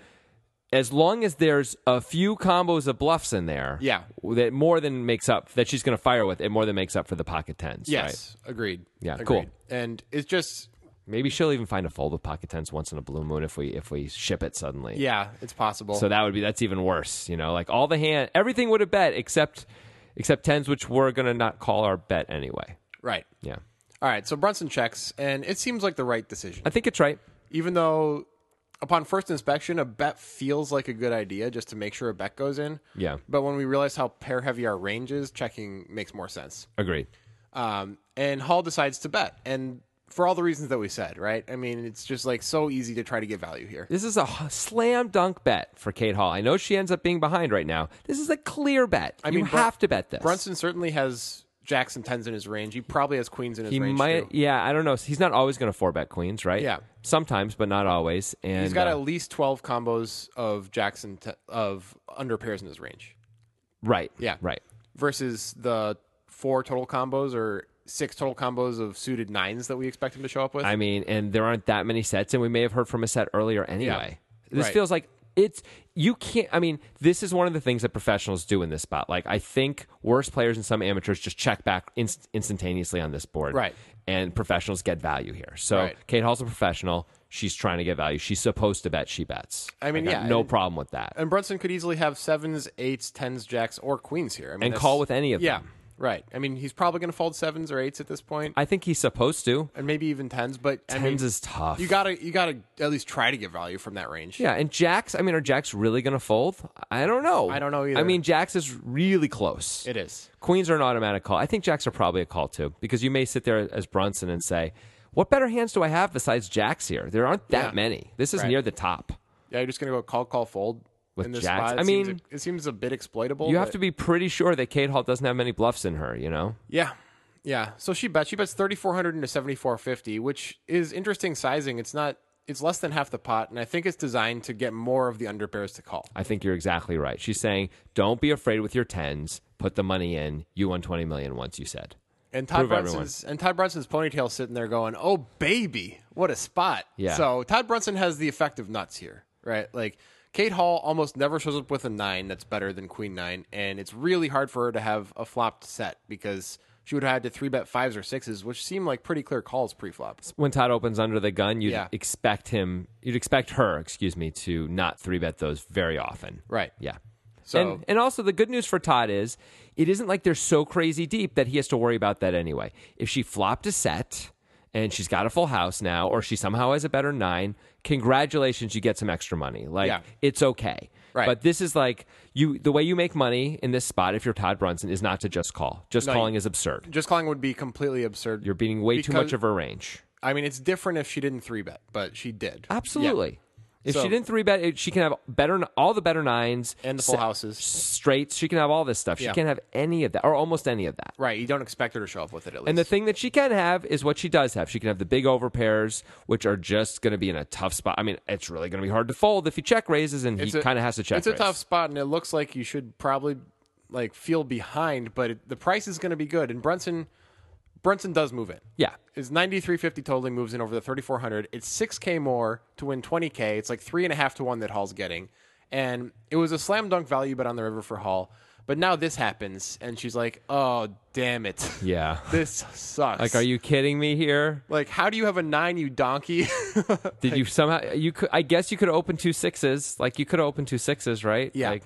A: as long as there's a few combos of bluffs in there,
B: Yeah.
A: that more than makes up that she's going to fire with. It more than makes up for the pocket tens, right?
B: yes, agreed.
A: Yeah,
B: Agreed.
A: cool.
B: And it's just
A: Maybe she'll even find a fold with pocket tens once in a blue moon if we if we ship it suddenly.
B: yeah, it's possible.
A: So that would be that's even worse. You know, like all the hand, everything would have bet except except tens, which we're gonna not call our bet anyway.
B: right.
A: Yeah,
B: All right. So Brunson checks, and it seems like the right decision,
A: I think it's right.
B: even though. Upon first inspection, a bet feels like a good idea just to make sure a bet goes in.
A: Yeah.
B: But when we realize how pair heavy our range is, checking makes more sense.
A: Agreed.
B: Um, and Hall decides to bet, and for all the reasons that we said, right? I mean, it's just like so easy to try to get value here.
A: This is a h- slam dunk bet for Kate Hall. I know she ends up being behind right now. This is a clear bet. I you
B: mean, Brun-
A: have to bet this.
B: Brunson certainly has jacks and tens in his range. He probably has queens in his
A: he
B: range
A: might.
B: too.
A: Yeah, I don't know. He's not always gonna four bet queens, right?
B: Yeah.
A: sometimes, but not always. And
B: He's got
A: uh,
B: at least twelve combos of jacks and te- of under pairs in his range
A: right.
B: Yeah.
A: right.
B: versus the four total combos or six total combos of suited nines that we expect him to show up with.
A: I mean, and there aren't that many sets, and we may have heard from a set earlier anyway. This
B: Right.
A: feels like it's you can't. I mean, this is one of the things that professionals do in this spot. Like, I think worse players and some amateurs just check back inst- instantaneously on this board,
B: Right.
A: And professionals get value here. So
B: Right.
A: Kate Hall's a professional. She's trying to get value. She's supposed to bet. She bets.
B: I mean,
A: got
B: yeah,
A: no
B: and-
A: problem with that.
B: and Brunson could easily have sevens, eights, tens, jacks, or queens here. I mean,
A: And
B: that's-
A: call with any of
B: yeah,
A: them.
B: right. I mean, he's probably going to fold sevens or eights at this point.
A: I think he's supposed to.
B: and maybe even tens. But I
A: Tens
B: mean,
A: is tough.
B: you gotta you gotta at least try to get value from that range.
A: Yeah, and Jax. I mean, are Jax really going to fold? I don't know.
B: I don't know either.
A: I mean, Jax is really close.
B: it is.
A: Queens are an automatic call. I think jacks are probably a call too, because you may sit there as Brunson and say, "What better hands do I have besides jacks here? There aren't that
B: Yeah.
A: many. This is
B: Right.
A: near the top."
B: Yeah, you're just gonna go call call fold
A: With
B: in this
A: jacks?
B: spot. It
A: I
B: seems
A: mean-
B: a- it seems a bit exploitable.
A: You have
B: but-
A: to be pretty sure that Kate Hall doesn't have many bluffs in her. You know,
B: Yeah. Yeah. So she bets. She bets thirty four hundred into seventy four fifty, which is interesting sizing. It's not it's less than half the pot, and I think it's designed to get more of the underpairs to call.
A: I think you're exactly right. She's saying, "Don't be afraid with your tens. Put the money in. You won twenty million once. You said."
B: And Todd
A: Prove everyone.
B: Brunson's and Todd Brunson's ponytail sitting there going, "Oh baby, what a spot!"
A: Yeah.
B: So Todd Brunson has the effect of nuts here, right? Like Kate Hall almost never shows up with a nine that's better than Queen nine, and it's really hard for her to have a flopped set because she would have had to three bet fives or sixes, which seem like pretty clear calls pre flop.
A: When Todd opens under the gun, you'd
B: Yeah.
A: expect him, you'd expect her, excuse me, to not three bet those very often.
B: Right.
A: Yeah.
B: So-
A: and, and also the good news for Todd is it isn't like they're so crazy deep that he has to worry about that anyway. If she flopped a set and she's got a full house now, or she somehow has a better nine, congratulations, you get some extra money. Like
B: Yeah.
A: it's okay.
B: Right.
A: But this is like you the way you make money in this spot if you're Todd Brunson is not to just call. Just calling is absurd.
B: Just calling would be completely absurd.
A: You're beating way too
B: Because-
A: much of her range.
B: I mean, it's different if she didn't three bet, but she did.
A: Absolutely.
B: Yeah.
A: If
B: So-
A: she didn't three bet, it- she can have better all the better nines
B: And the full
A: se-
B: houses.
A: straights. She can have all this stuff. She
B: Yeah.
A: can't have any of that, or almost any of that.
B: Right. You don't expect her to show up with it at least.
A: And the thing that she can have is what she does have. She can have the big overpairs, which are just going to be in a tough spot. I mean, it's really going to be hard to fold if he check raises, and
B: It's
A: he
B: a-
A: kind of has to check.
B: It's a
A: raise.
B: tough spot, and it looks like you should probably like feel behind, but it, the price is going to be good. And Brunson, Brunson does move in.
A: Yeah.
B: It's ninety three fifty totally moves in over the thirty four hundred. It's six k more to win twenty k. It's like three and a half to one that Hall's getting, and it was a slam dunk value, but on the river for Hall. But now this happens, and she's like, "Oh damn it,
A: Yeah.
B: this sucks."
A: Like, are you kidding me here?
B: like, how do you have a nine, you donkey?
A: Did you somehow you could I guess you could open two sixes. Like you could open two sixes, right?
B: Yeah.
A: Like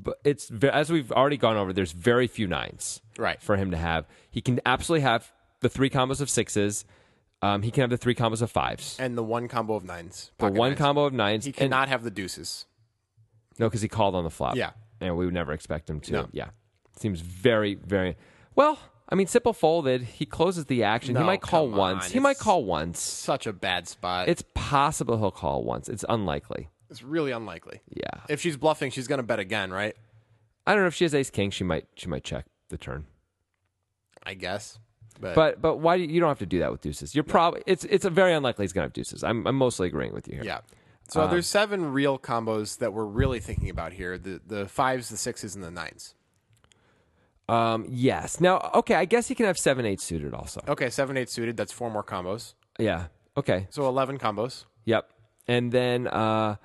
A: but it's ve- as we've already gone over there's very few nines
B: Right.
A: for him to have. He can absolutely have the three combos of sixes. Um, he can have the three combos of fives.
B: and the one combo of nines,
A: The
B: pocket
A: one
B: nines.
A: combo of nines.
B: He
A: and-
B: cannot have the deuces.
A: no, because he called on the flop.
B: Yeah.
A: And we would never expect him to.
B: No.
A: Yeah. Seems very, very well, I mean Simple folded. He closes the action. he
B: No,
A: might call
B: come
A: once.
B: on.
A: He might
B: It's-
A: call once.
B: Such a bad spot.
A: It's possible he'll call once. It's unlikely.
B: It's really unlikely.
A: Yeah.
B: If she's bluffing, she's going to bet again, right?
A: I don't know if she has ace king. She might she might check the turn.
B: I guess. But,
A: But but why do you, you don't have to do that with deuces? You're probably it's it's very unlikely he's gonna have deuces. I'm I'm mostly agreeing with you here.
B: yeah. So
A: um,
B: there's seven real combos that we're really thinking about here: the the fives, the sixes, and the nines.
A: Um. Yes. Now. Okay. I guess he can have seven eight suited also.
B: Okay, seven, eight suited. That's four more combos.
A: Yeah. Okay.
B: So eleven combos.
A: Yep. And then uh,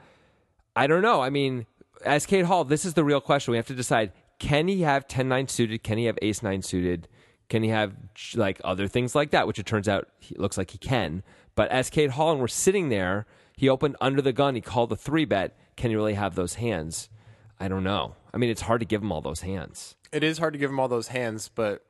A: I don't know. I mean, as Kate Hall, this is the real question. We have to decide: can he have ten nine suited? Can he have ace nine suited? Can he have like other things like that? Which it turns out he, it looks like he can. But as Kate Hall, and we're sitting there, he opened under the gun. He called the three bet. Can he really have those hands? I don't know. I mean, it's hard to give him all those hands.
B: It is hard to give him all those hands, but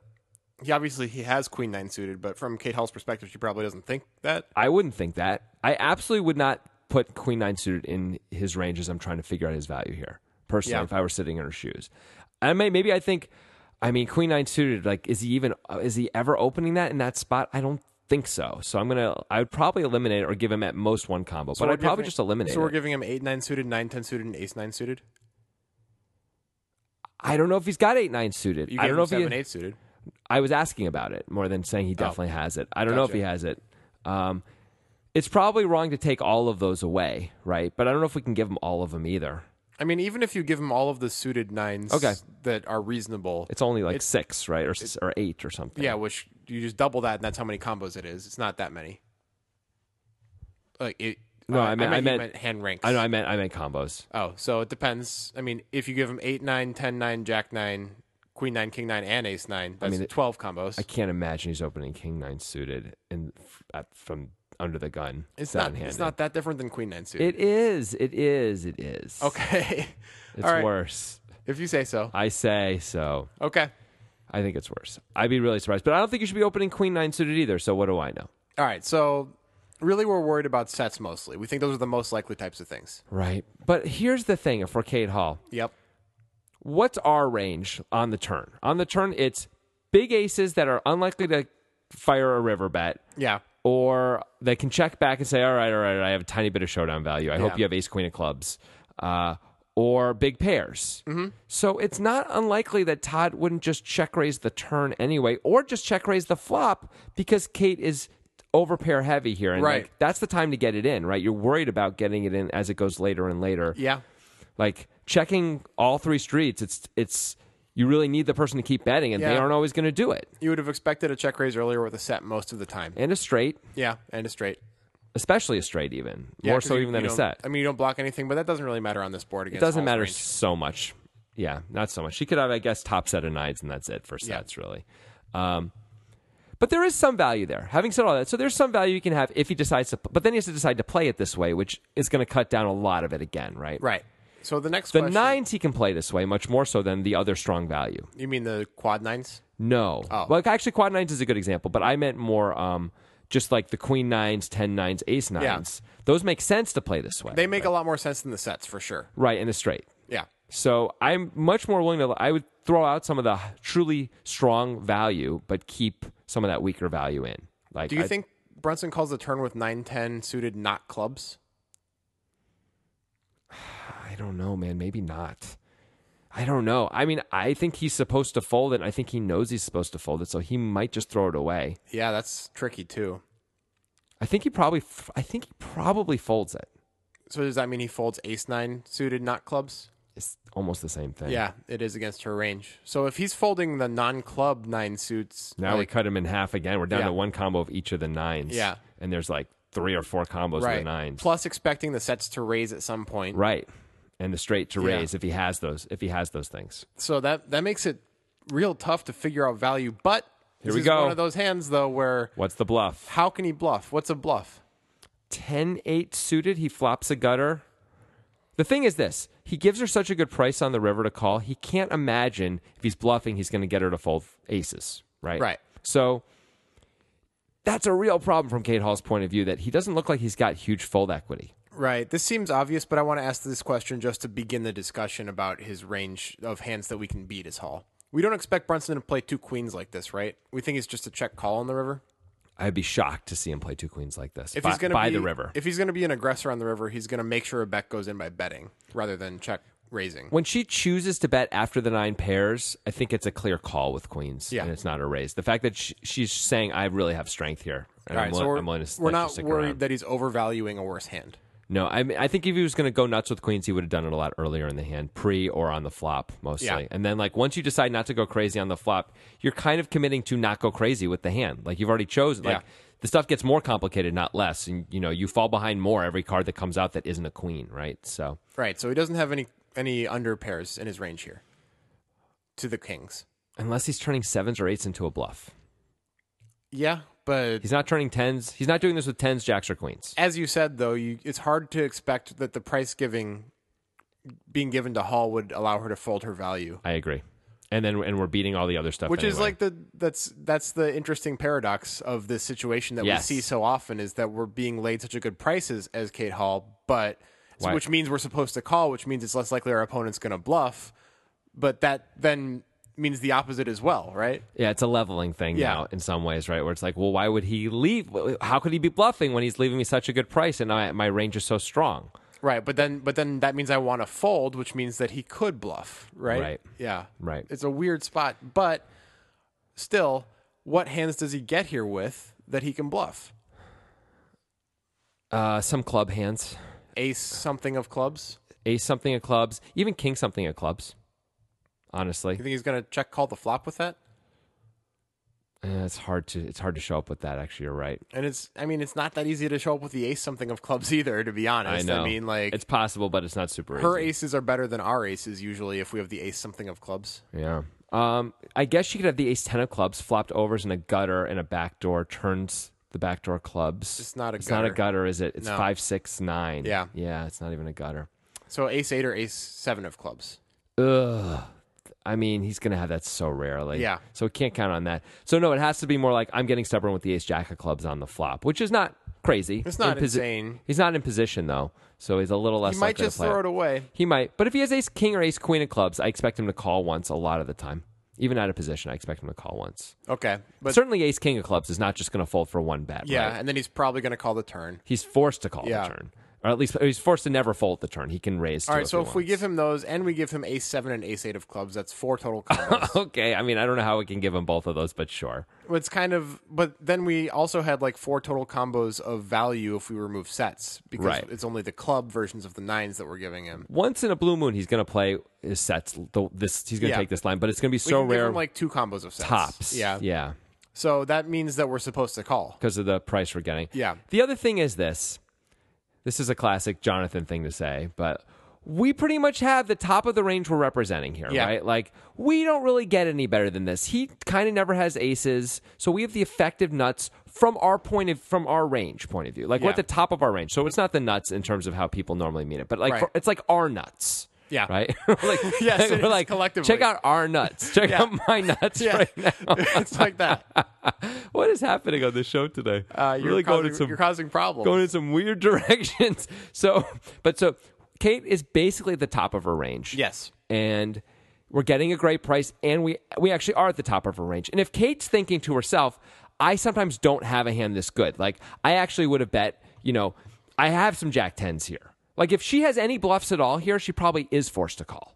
B: he obviously he has queen nine suited. But from Kate Hall's perspective, she probably doesn't think that.
A: I wouldn't think that. I absolutely would not put queen nine suited in his range as I'm trying to figure out his value here. Personally,
B: Yeah.
A: if I were sitting in her shoes, I may maybe I think, I mean, queen nine suited. Like, is he even uh, is he ever opening that in that spot? I don't think so. So I'm gonna I would probably eliminate it or give him at most one combo, but
B: we're
A: I'd probably
B: giving-
A: just eliminate
B: So we're
A: it.
B: giving him eight nine suited, nine ten suited, and ace nine suited.
A: I don't know if he's got eight nine suited.
B: You
A: I don't
B: gave him
A: know if
B: seven
A: he,
B: eight suited.
A: I was asking about it more than saying he definitely has it. I don't know if
B: Oh, Gotcha.
A: he has it. Um, it's probably wrong to take all of those away, right? But I don't know if we can give him all of them either.
B: I mean, even if you give him all of the suited nines
A: Okay.
B: that are reasonable,
A: It's only like six, right, or s or eight or something.
B: Yeah, which you just double that, and that's how many combos it is. It's not that many. Like it.
A: No, I meant- I
B: you
A: meant-
B: hand ranks.
A: I know. I meant I meant combos.
B: Oh, so it depends. I mean, if you give him eight nine, ten nine, jack nine, queen nine, king nine, and ace nine, that's
A: mean, it-
B: twelve combos.
A: I can't imagine he's opening king nine suited and f- at, from under the gun.
B: it's not.
A: seven-handed.
B: It's not that different than queen nine suited.
A: It is. It is. It is.
B: okay.
A: It's
B: All right.
A: worse.
B: If you say so.
A: I say so.
B: Okay.
A: I think it's worse. I'd be really surprised, but I don't think you should be opening queen nine suited either. So what do I know?
B: All right. So, really, we're worried about sets mostly. We think those are the most likely types of things.
A: Right. But here's the thing for Kate Hall.
B: Yep.
A: what's our range on the turn? On the turn, it's big aces that are unlikely to fire a river bet.
B: Yeah.
A: Or they can check back and say, all right, all right, I have a tiny bit of showdown value. I hope
B: Yeah.
A: you have ace queen of clubs. Uh, or big pairs. Mm-hmm. So it's not unlikely that Todd wouldn't just check raise the turn anyway, or just check raise the flop because Kate is overpair heavy here. And
B: Right.
A: like, that's the time to get it in, right? You're worried about getting it in as it goes later and later
B: Yeah.
A: like checking all three streets it's it's you really need the person to keep betting and they
B: Yeah.
A: aren't always going to do it
B: You would have expected a check raise earlier with a set most of the time.
A: and a straight
B: Yeah, and a straight.
A: especially a straight even
B: Yeah,
A: more
B: 'cause
A: so
B: you-
A: even than
B: you
A: a
B: don't-
A: set
B: I mean, you don't block anything, but that doesn't really matter on this board. Against
A: it doesn't
B: Hall's
A: matter
B: range.
A: so much yeah not so much she could have i guess top set of nines and that's it for sets really um but there is some value there having said all that so there's some value you can have if he decides to but then he has to decide to play it this way which is going to cut down a lot of it again right
B: Right. So the next
A: the
B: question.
A: nines he can play this way much more so than the other strong value
B: You mean the quad nines?
A: No.
B: Oh.
A: Well, actually, quad nines is a good example, but I meant more um, just like the queen nines, ten nines, ace nines. Those make sense to play this way.
B: They make a lot more sense than the sets for sure.
A: right in a straight.
B: Yeah.
A: So I'm much more willing to. I would throw out some of the truly strong value, but keep some of that weaker value in. Like,
B: Do you
A: I-
B: think Brunson calls the turn with nine ten suited, not clubs?
A: I don't know, man. Maybe not. I don't know. I mean, I think he's supposed to fold it. and I think he knows he's supposed to fold it, so he might just throw it away.
B: Yeah, that's tricky too.
A: I think he probably, f- I think he probably folds it.
B: So does that mean he folds ace nine suited, not clubs?
A: It's almost the same thing.
B: Yeah, it is against her range. So if he's folding the non-club nine suits,
A: Now we
B: like,
A: cut him in half again. We're down
B: Yeah.
A: to one combo of each of the nines.
B: Yeah.
A: And there's like three or four combos of the
B: right,
A: nines.
B: plus expecting the sets to raise at some point.
A: right. And the straight to
B: Yeah.
A: raise if he has those if he has those things.
B: So that that makes it real tough to figure out value. But
A: Here
B: this
A: we
B: is
A: go.
B: One of those hands though, where
A: What's the bluff?
B: how can he bluff? What's a bluff?
A: 10-8 suited, he flops a gutter. The thing is this, he gives her such a good price on the river to call. He can't imagine if he's bluffing he's going to get her to fold aces, right?
B: Right.
A: So that's a real problem from Kate Hall's point of view that he doesn't look like he's got huge fold equity.
B: Right. This seems obvious, but I want to ask this question just to begin the discussion about his range of hands that we can beat as Hall. We don't expect Brunson to play two queens like this, right? We think he's just a check call on the river.
A: I'd be shocked to see him play two queens like this
B: If
A: by,
B: he's going to
A: by
B: be
A: the river.
B: if he's going to be an aggressor on the river, he's going to make sure a bet goes in by betting rather than check raising.
A: when she chooses to bet after the nine pairs, I think it's a clear call with queens,
B: Yeah.
A: and it's not a raise. The fact that she, she's saying I really have strength here, and
B: All
A: I'm,
B: right,
A: will-
B: so we're,
A: I'm willing to
B: we're
A: let you
B: not
A: stick
B: worried
A: around.
B: that he's overvaluing a worse hand.
A: no, I mean, I think if he was going to go nuts with queens, he would have done it a lot earlier in the hand, pre or on the flop mostly.
B: Yeah.
A: And then like once you decide not to go crazy on the flop, you're kind of committing to not go crazy with the hand. Like you've already chosen. Like
B: Yeah.
A: the stuff gets more complicated, not less. And you know you fall behind more every card that comes out that isn't a queen, right? So
B: Right. So he doesn't have any any under pairs in his range here to the kings.
A: unless he's turning sevens or eights into a bluff.
B: Yeah, but
A: He's not turning tens. He's not doing this with tens, jacks, or queens.
B: as you said though, you, it's hard to expect that the price giving being given to Hall would allow her to fold her value,
A: I agree. And then and we're beating all the other stuff,
B: which is
A: anyway.
B: like the that's that's the interesting paradox of this situation that
A: Yes.
B: we see so often is that we're being laid such a good prices as Kate Hall, but so-
A: Why-
B: which means we're supposed to call, which means it's less likely our opponent's going to bluff, but that then means the opposite as well, right?
A: yeah, it's a leveling thing
B: Yeah.
A: now in some ways, right? Where it's like, well, why would he leave? How could he be bluffing when he's leaving me such a good price and I, my range is so strong?
B: Right, but then but then that means I want to fold, which means that he could bluff, right?
A: Right.
B: Yeah.
A: Right.
B: It's a weird spot, but still, what hands does he get here with that he can bluff?
A: Uh, some club hands,
B: Ace something of clubs.
A: ace something of clubs, even king something of clubs. Honestly,
B: You think he's going to check call the flop with that?
A: Eh, it's hard to it's hard to show up with that. Actually, you're right.
B: And it's I mean, it's not that easy to show up with the ace something of clubs either, to be
A: I
B: honest.
A: know.
B: mean, like
A: it's possible, but it's not super.
B: her
A: easy.
B: aces are better than our aces usually if we have the ace something of clubs.
A: Yeah. Um, I guess she could have the ace ten of clubs, flopped overs in a gutter and a backdoor, turns the backdoor clubs.
B: It's not a
A: It's not a
B: gutter.
A: gutter, is it? It's
B: No.
A: five, six, nine.
B: Yeah.
A: Yeah, it's not even a gutter.
B: So ace 8 or ace 7 of clubs.
A: Ugh. I mean, he's gonna have that so rarely.
B: Yeah.
A: So we can't count on that. So no, it has to be more like I'm getting stubborn with the ace jack of clubs on the flop, which is not crazy.
B: It's not
A: In posi-
B: insane.
A: He's not in position though, so he's a little less
B: He might
A: likely
B: just
A: to play
B: throw it away.
A: He might. But if he has ace king or ace queen of clubs, I expect him to call once a lot of the time. Even out of position, I expect him to call once.
B: Okay. But
A: Certainly, ace king of clubs is not just going to fold for one bet.
B: yeah,
A: right?
B: and then he's probably going to call the turn.
A: he's forced to call
B: Yeah.
A: the turn, or at least or he's forced to never fold the turn. He can raise.
B: All
A: to
B: right, so
A: he
B: if we
A: wants.
B: give him those and we give him ace seven and ace eight of clubs, that's four total combos.
A: okay, I mean, I don't know how we can give him both of those, but sure.
B: Well, it's kind of, but then we also had like four total combos of value if we remove sets because
A: Right.
B: it's only the club versions of the nines that we're giving him.
A: Once in a blue moon, he's going to play his sets. The, this he's going to
B: Yeah.
A: take this line, but it's going to be
B: We
A: so
B: can give
A: rare.
B: him like two combos of sets.
A: tops.
B: Yeah.
A: yeah.
B: So that means that we're supposed to call.
A: because of the price we're getting.
B: Yeah.
A: The other thing is this. This is a classic Jonathan thing to say, but we pretty much have the top of the range we're representing here,
B: Yeah.
A: right? Like we don't really get any better than this. He kind of never has aces, so we have the effective nuts from our point of from our range point of view. Like we're at the
B: Yeah.
A: top of our range, so it's not the nuts in terms of how people normally mean it, but like
B: Right.
A: for, it's like our nuts.
B: Yeah.
A: Right. like,
B: Yes, it
A: we're
B: is
A: like
B: collectively.
A: Check out our nuts. Check out my nuts right now.
B: it's like that.
A: What is happening on this show today?
B: Uh, you're,
A: really
B: causing,
A: going to some
B: you're causing problems.
A: going in some weird directions. So, but so Kate is basically at the top of her range.
B: Yes.
A: And we're getting a great price and we we actually are at the top of her range. And if Kate's thinking to herself, I sometimes don't have a hand this good. Like I actually would have bet, you know, I have some jack 10s here. Like if she has any bluffs at all here, she probably is forced to call.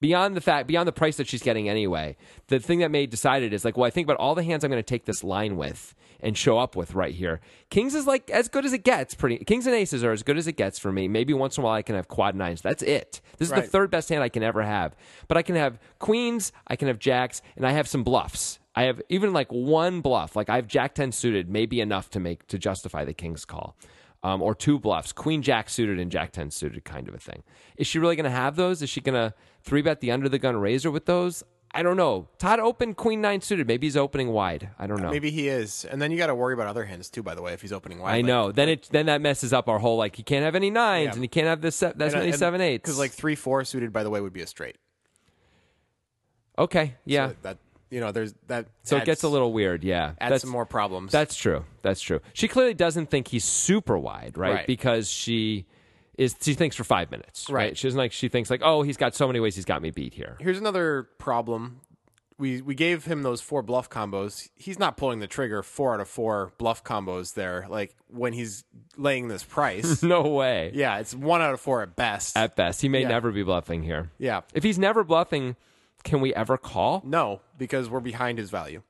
A: Beyond the fact, beyond the price that she's getting anyway, the thing that made decided is like, well, I think about all the hands I'm going to take this line with and show up with right here. Kings is like as good as it gets. Pretty kings and aces are as good as it gets for me. Maybe once in a while I can have quad nines. That's it. This is the
B: Right.
A: third best hand I can ever have. But I can have queens, I can have jacks, and I have some bluffs. I have even like one bluff. Like I have Jack ten suited, maybe enough to make to justify the king's call, um, or two bluffs, Queen Jack suited and Jack ten suited, kind of a thing. Is she really going to have those? Is she going to three bet the under the gun razor with those? I don't know. Todd opened Queen nine suited. Maybe he's opening wide. I don't know.
B: Maybe he is. And then you got to worry about other hands too, by the way, if he's opening wide.
A: I know. Then it then that messes up our whole like he can't have any nines
B: Yeah.
A: and he can't have this se- that's many seven eights.
B: Because like three four suited, by the way, would be a straight.
A: okay, yeah.
B: So that you know, there's that.
A: So it
B: adds-
A: gets a little weird, yeah.
B: adds some more problems.
A: That's true. That's true. She clearly doesn't think he's super wide, right?
B: Right.
A: Because she is she thinks for five minutes, right?
B: Right.
A: She doesn't like she thinks like, oh, he's got so many ways he's got me beat here.
B: Here's another problem. We we gave him those four bluff combos. He's not pulling the trigger four out of four bluff combos there. Like when he's laying this price.
A: No way.
B: yeah, it's one out of four at best.
A: At best, he may
B: Yeah.
A: never be bluffing here.
B: yeah.
A: If he's never bluffing, can we ever call?
B: No, because we're behind his value.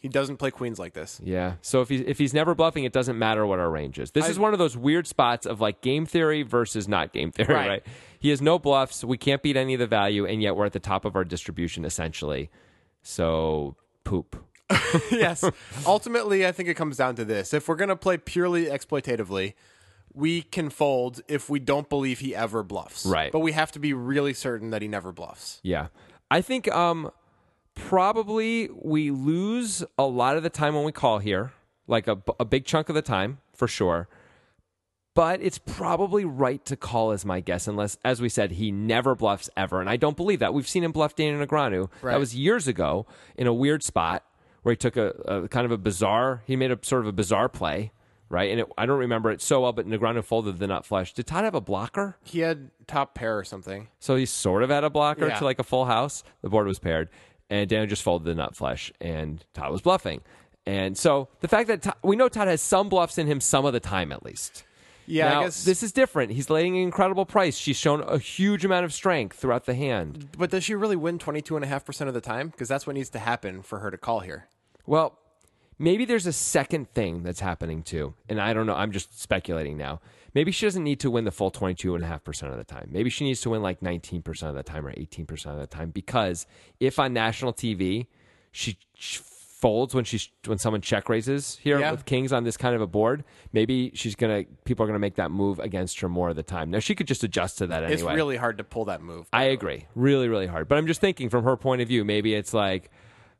B: He doesn't play queens like this.
A: Yeah. So if he's if he's never bluffing, it doesn't matter what our range is. This is one of those weird spots of like game theory versus not game theory, right.
B: Right.
A: He has no bluffs. We can't beat any of the value, and yet we're at the top of our distribution essentially. So poop.
B: yes. Ultimately, I think it comes down to this. If we're going to play purely exploitatively, we can fold if we don't believe he ever bluffs.
A: Right.
B: But we have to be really certain that he never bluffs.
A: Yeah. I think um probably we lose a lot of the time when we call here, like a, a big chunk of the time for sure. But it's probably right to call as my guess, unless, as we said, he never bluffs ever. And I don't believe that. We've seen him bluff Daniel Negreanu. That
B: Right.
A: was years ago in a weird spot where he took a, a kind of a bizarre, he made a sort of a bizarre play, right? And it, I don't remember it so well, but Negreanu folded the nut flush. Did Todd have a blocker?
B: He had top pair or something.
A: So he sort of had a blocker
B: Yeah.
A: to like a full house. The board was paired, and Daniel just folded the nut flush, and Todd was bluffing. And so the fact that Todd, we know Todd has some bluffs in him some of the time at least.
B: Yeah,
A: Now,
B: I guess.
A: this is different. He's laying an incredible price. She's shown a huge amount of strength throughout the hand.
B: but does she really win 22.5% of the time? Because that's what needs to happen for her to call here.
A: Well, maybe there's a second thing that's happening too. And I don't know. I'm just speculating now. Maybe she doesn't need to win the full 22.5% of the time. Maybe she needs to win like 19% of the time or 18% of the time because if on national TV, she she folds when she's when someone check raises here
B: Yeah.
A: with kings on this kind of a board maybe she's gonna people are gonna make that move against her more of the time now she could just adjust to that anyway
B: It's really hard to pull that move.
A: I agree. Really, really hard. But I'm just thinking from her point of view, maybe it's like,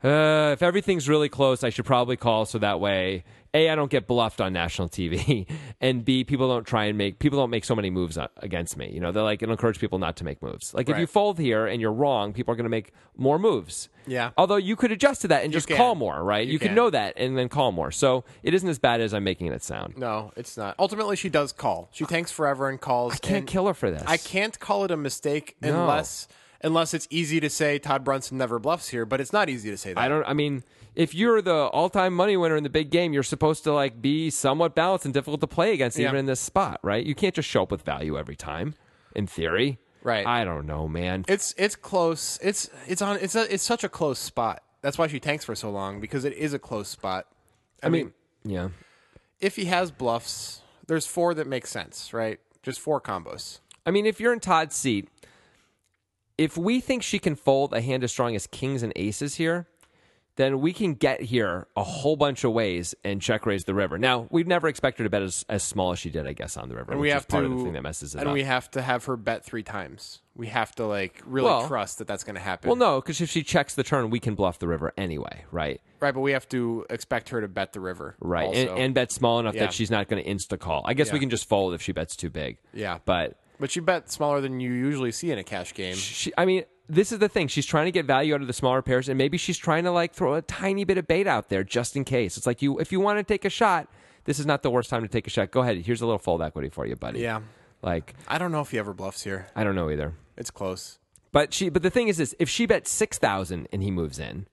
A: uh, if everything's really close, I should probably call so that way, A, I don't get bluffed on national TV, and B, people don't try and make, people don't make so many moves on, against me. You know, they're like, it'll encourage people not to make moves. Like, if
B: Right.
A: you fold here and you're wrong, people are going to make more moves.
B: Yeah.
A: Although you could adjust to that and just
B: can.
A: call more, right? You,
B: You
A: could
B: can.
A: know that and then call more. So it isn't as bad as I'm making it sound.
B: no, it's not. Ultimately, she does call. She tanks forever and calls. I
A: Can't kill her for this.
B: I can't call it a mistake
A: No.
B: unless unless it's easy to say Todd Brunson never bluffs here, but it's not easy to say that.
A: I don't. I mean, if you're the all-time money winner in the big game, you're supposed to like be somewhat balanced and difficult to play against, even
B: Yeah.
A: in this spot, right? You can't just show up with value every time. In theory,
B: Right.
A: I don't know, man.
B: It's it's close. It's it's on it's a, it's such a close spot. That's why she tanks for so long because it is a close spot. I, mean,
A: yeah,
B: if he has bluffs, there's four that make sense, right? Just four combos.
A: I mean, if you're in Todd's seat, if we think she can fold a hand as strong as kings and aces here, then we can get here a whole bunch of ways and check raise the river. Now, we'd never expect her to bet as, as small as she did, I guess, on the river.
B: And
A: which
B: we
A: is
B: have
A: part
B: to
A: of the thing that messes it
B: and
A: up.
B: we have to have her bet three times. We have to like really
A: Well-
B: trust that that's going to happen.
A: well, no, because if she checks the turn, we can bluff the river anyway, right?
B: right? But we have to expect her to bet the river,
A: Right.
B: Also.
A: And, and bet small enough
B: Yeah.
A: that she's not going to insta call. I guess we
B: Yeah.
A: can just fold if she bets too big.
B: Yeah.
A: But
B: but she bet smaller than you usually see in a cash game.
A: she, I mean, this is the thing. She's trying to get value out of the smaller pairs, and maybe she's trying to like throw a tiny bit of bait out there just in case. It's like you, if you want to take a shot, this is not the worst time to take a shot. Go ahead. Here's a little fold equity for you, buddy.
B: Yeah.
A: Like
B: I don't know if he ever bluffs here.
A: I don't know either.
B: It's close.
A: But she, but the thing is, this: if she bets six thousand and he moves in,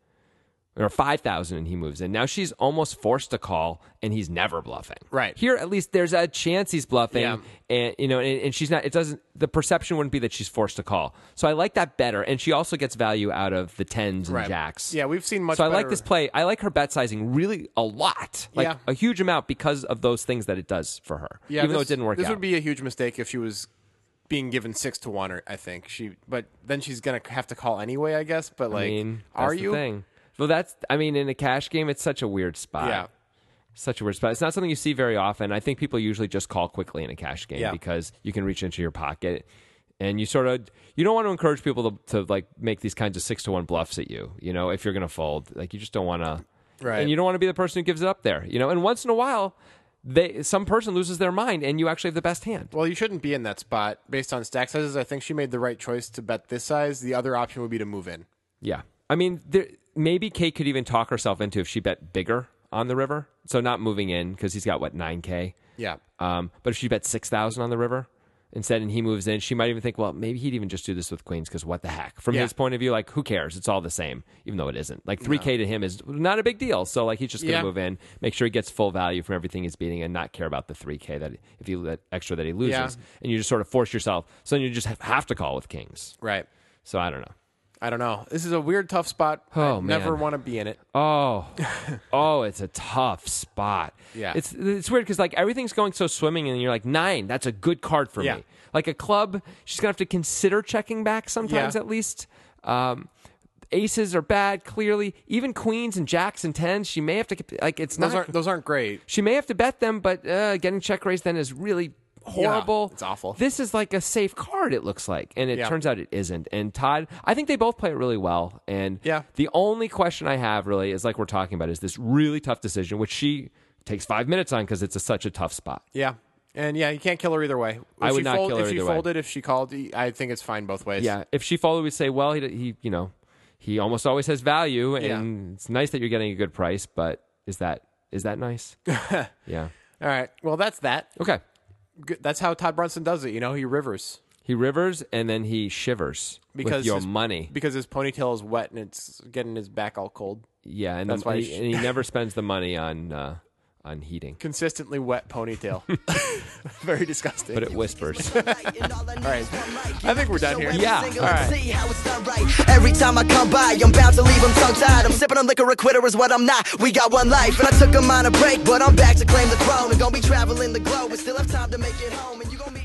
A: or 5,000 and he moves in. Now she's almost forced to call and he's never bluffing.
B: Right.
A: Here at least there's a chance he's bluffing
B: Yeah.
A: and you know and, and she's not it doesn't the perception wouldn't be that she's forced to call. So I like that better and she also gets value out of the tens and
B: Right.
A: jacks.
B: Yeah, we've seen much
A: So I like
B: better-
A: this play. I like her bet sizing really a lot. Like
B: Yeah.
A: a huge amount because of those things that it does for her.
B: Yeah,
A: Even though it
B: this-
A: didn't work
B: This
A: out.
B: would be a huge mistake if she was being given six to one. Or I think she, but then she's gonna have to call anyway, I guess. But like,
A: I mean,
B: are
A: that's the
B: you?
A: thing. Well, that's I mean, in a cash game, it's such a weird spot.
B: Yeah.
A: Such a weird spot. It's not something you see very often. I think people usually just call quickly in a cash game
B: Yeah.
A: because you can reach into your pocket and you sort of you don't want to encourage people to, to like make these kinds of six to one bluffs at you. You know, if you're going to fold, like you just don't want to.
B: Right.
A: And you don't want to be the person who gives it up there. You know, and once in a while, they some person loses their mind and you actually have the best hand.
B: Well, you shouldn't be in that spot based on stack sizes. I think she made the right choice to bet this size. The other option would be to move in.
A: Yeah. I mean, there, maybe Kate could even talk herself into if she bet bigger on the river. So not moving in because he's got what nine k.
B: Yeah.
A: Um, but if she bet six thousand on the river instead, and he moves in, she might even think, well, maybe he'd even just do this with queens because what the heck? From
B: Yeah.
A: his point of view, like who cares? It's all the same, even though it isn't. Like three k to him is not a big deal. So like he's just gonna
B: Yeah.
A: move in, make sure he gets full value from everything he's beating, and not care about the three k that if he that extra that he loses,
B: Yeah.
A: and you just sort of force yourself. So then you just have- have to call with kings.
B: Right.
A: So I don't know.
B: I don't know. This is a weird, tough spot.
A: Oh,
B: I never
A: man.
B: want to be in it.
A: Oh, oh, it's a tough spot.
B: Yeah.
A: it's it's weird because like everything's going so swimming, and you're like nine. That's a good card for
B: Yeah.
A: me. Like a club, she's gonna have to consider checking back sometimes
B: Yeah.
A: at least. Um, aces are bad, clearly. Even queens and jacks and tens, she may have to like it's
B: Those
A: not.
B: aren't those aren't great.
A: she may have to bet them, but uh, getting check raised then is really horrible.
B: it's awful.
A: This is like a safe card. It looks like, and it
B: Yeah.
A: turns out it isn't. And Todd, I think they both play it really well. And
B: Yeah.
A: the only question I have really is like we're talking about is this really tough decision, which she takes five minutes on because it's a, such a tough spot.
B: Yeah. And yeah, you can't kill her either way. If
A: I would
B: she
A: not
B: fold-
A: kill her
B: if she
A: either way.
B: folded, if she called, I think it's fine both ways.
A: Yeah, if she followed, we say, well, he, he you know, he almost always has value, and it's nice that you're getting a good price, but is that is that nice? yeah.
B: All right. Well, that's that.
A: Okay.
B: Good- That's how Todd Brunson does it. You know, he rivers
A: He rivers and then he shivers
B: Because
A: with your
B: his-
A: money.
B: because his ponytail is wet and it's getting his back all cold.
A: Yeah, and
B: That's
A: the,
B: why
A: and,
B: you
A: he,
B: sh-
A: and he never spends the money on uh, on heating,
B: Consistently wet ponytail. Very disgusting.
A: but it whispers.
C: right.
B: I think we're done here.
A: Yeah.
C: All right. Every time I come by, I'm bound to leave them tongue tied. I'm sipping on liquor, a quitter is what I'm not. We got one life, and I took a minor break, but I'm back to claim the throne. And gonna be traveling the globe, and still have time to make it home. And you gonna be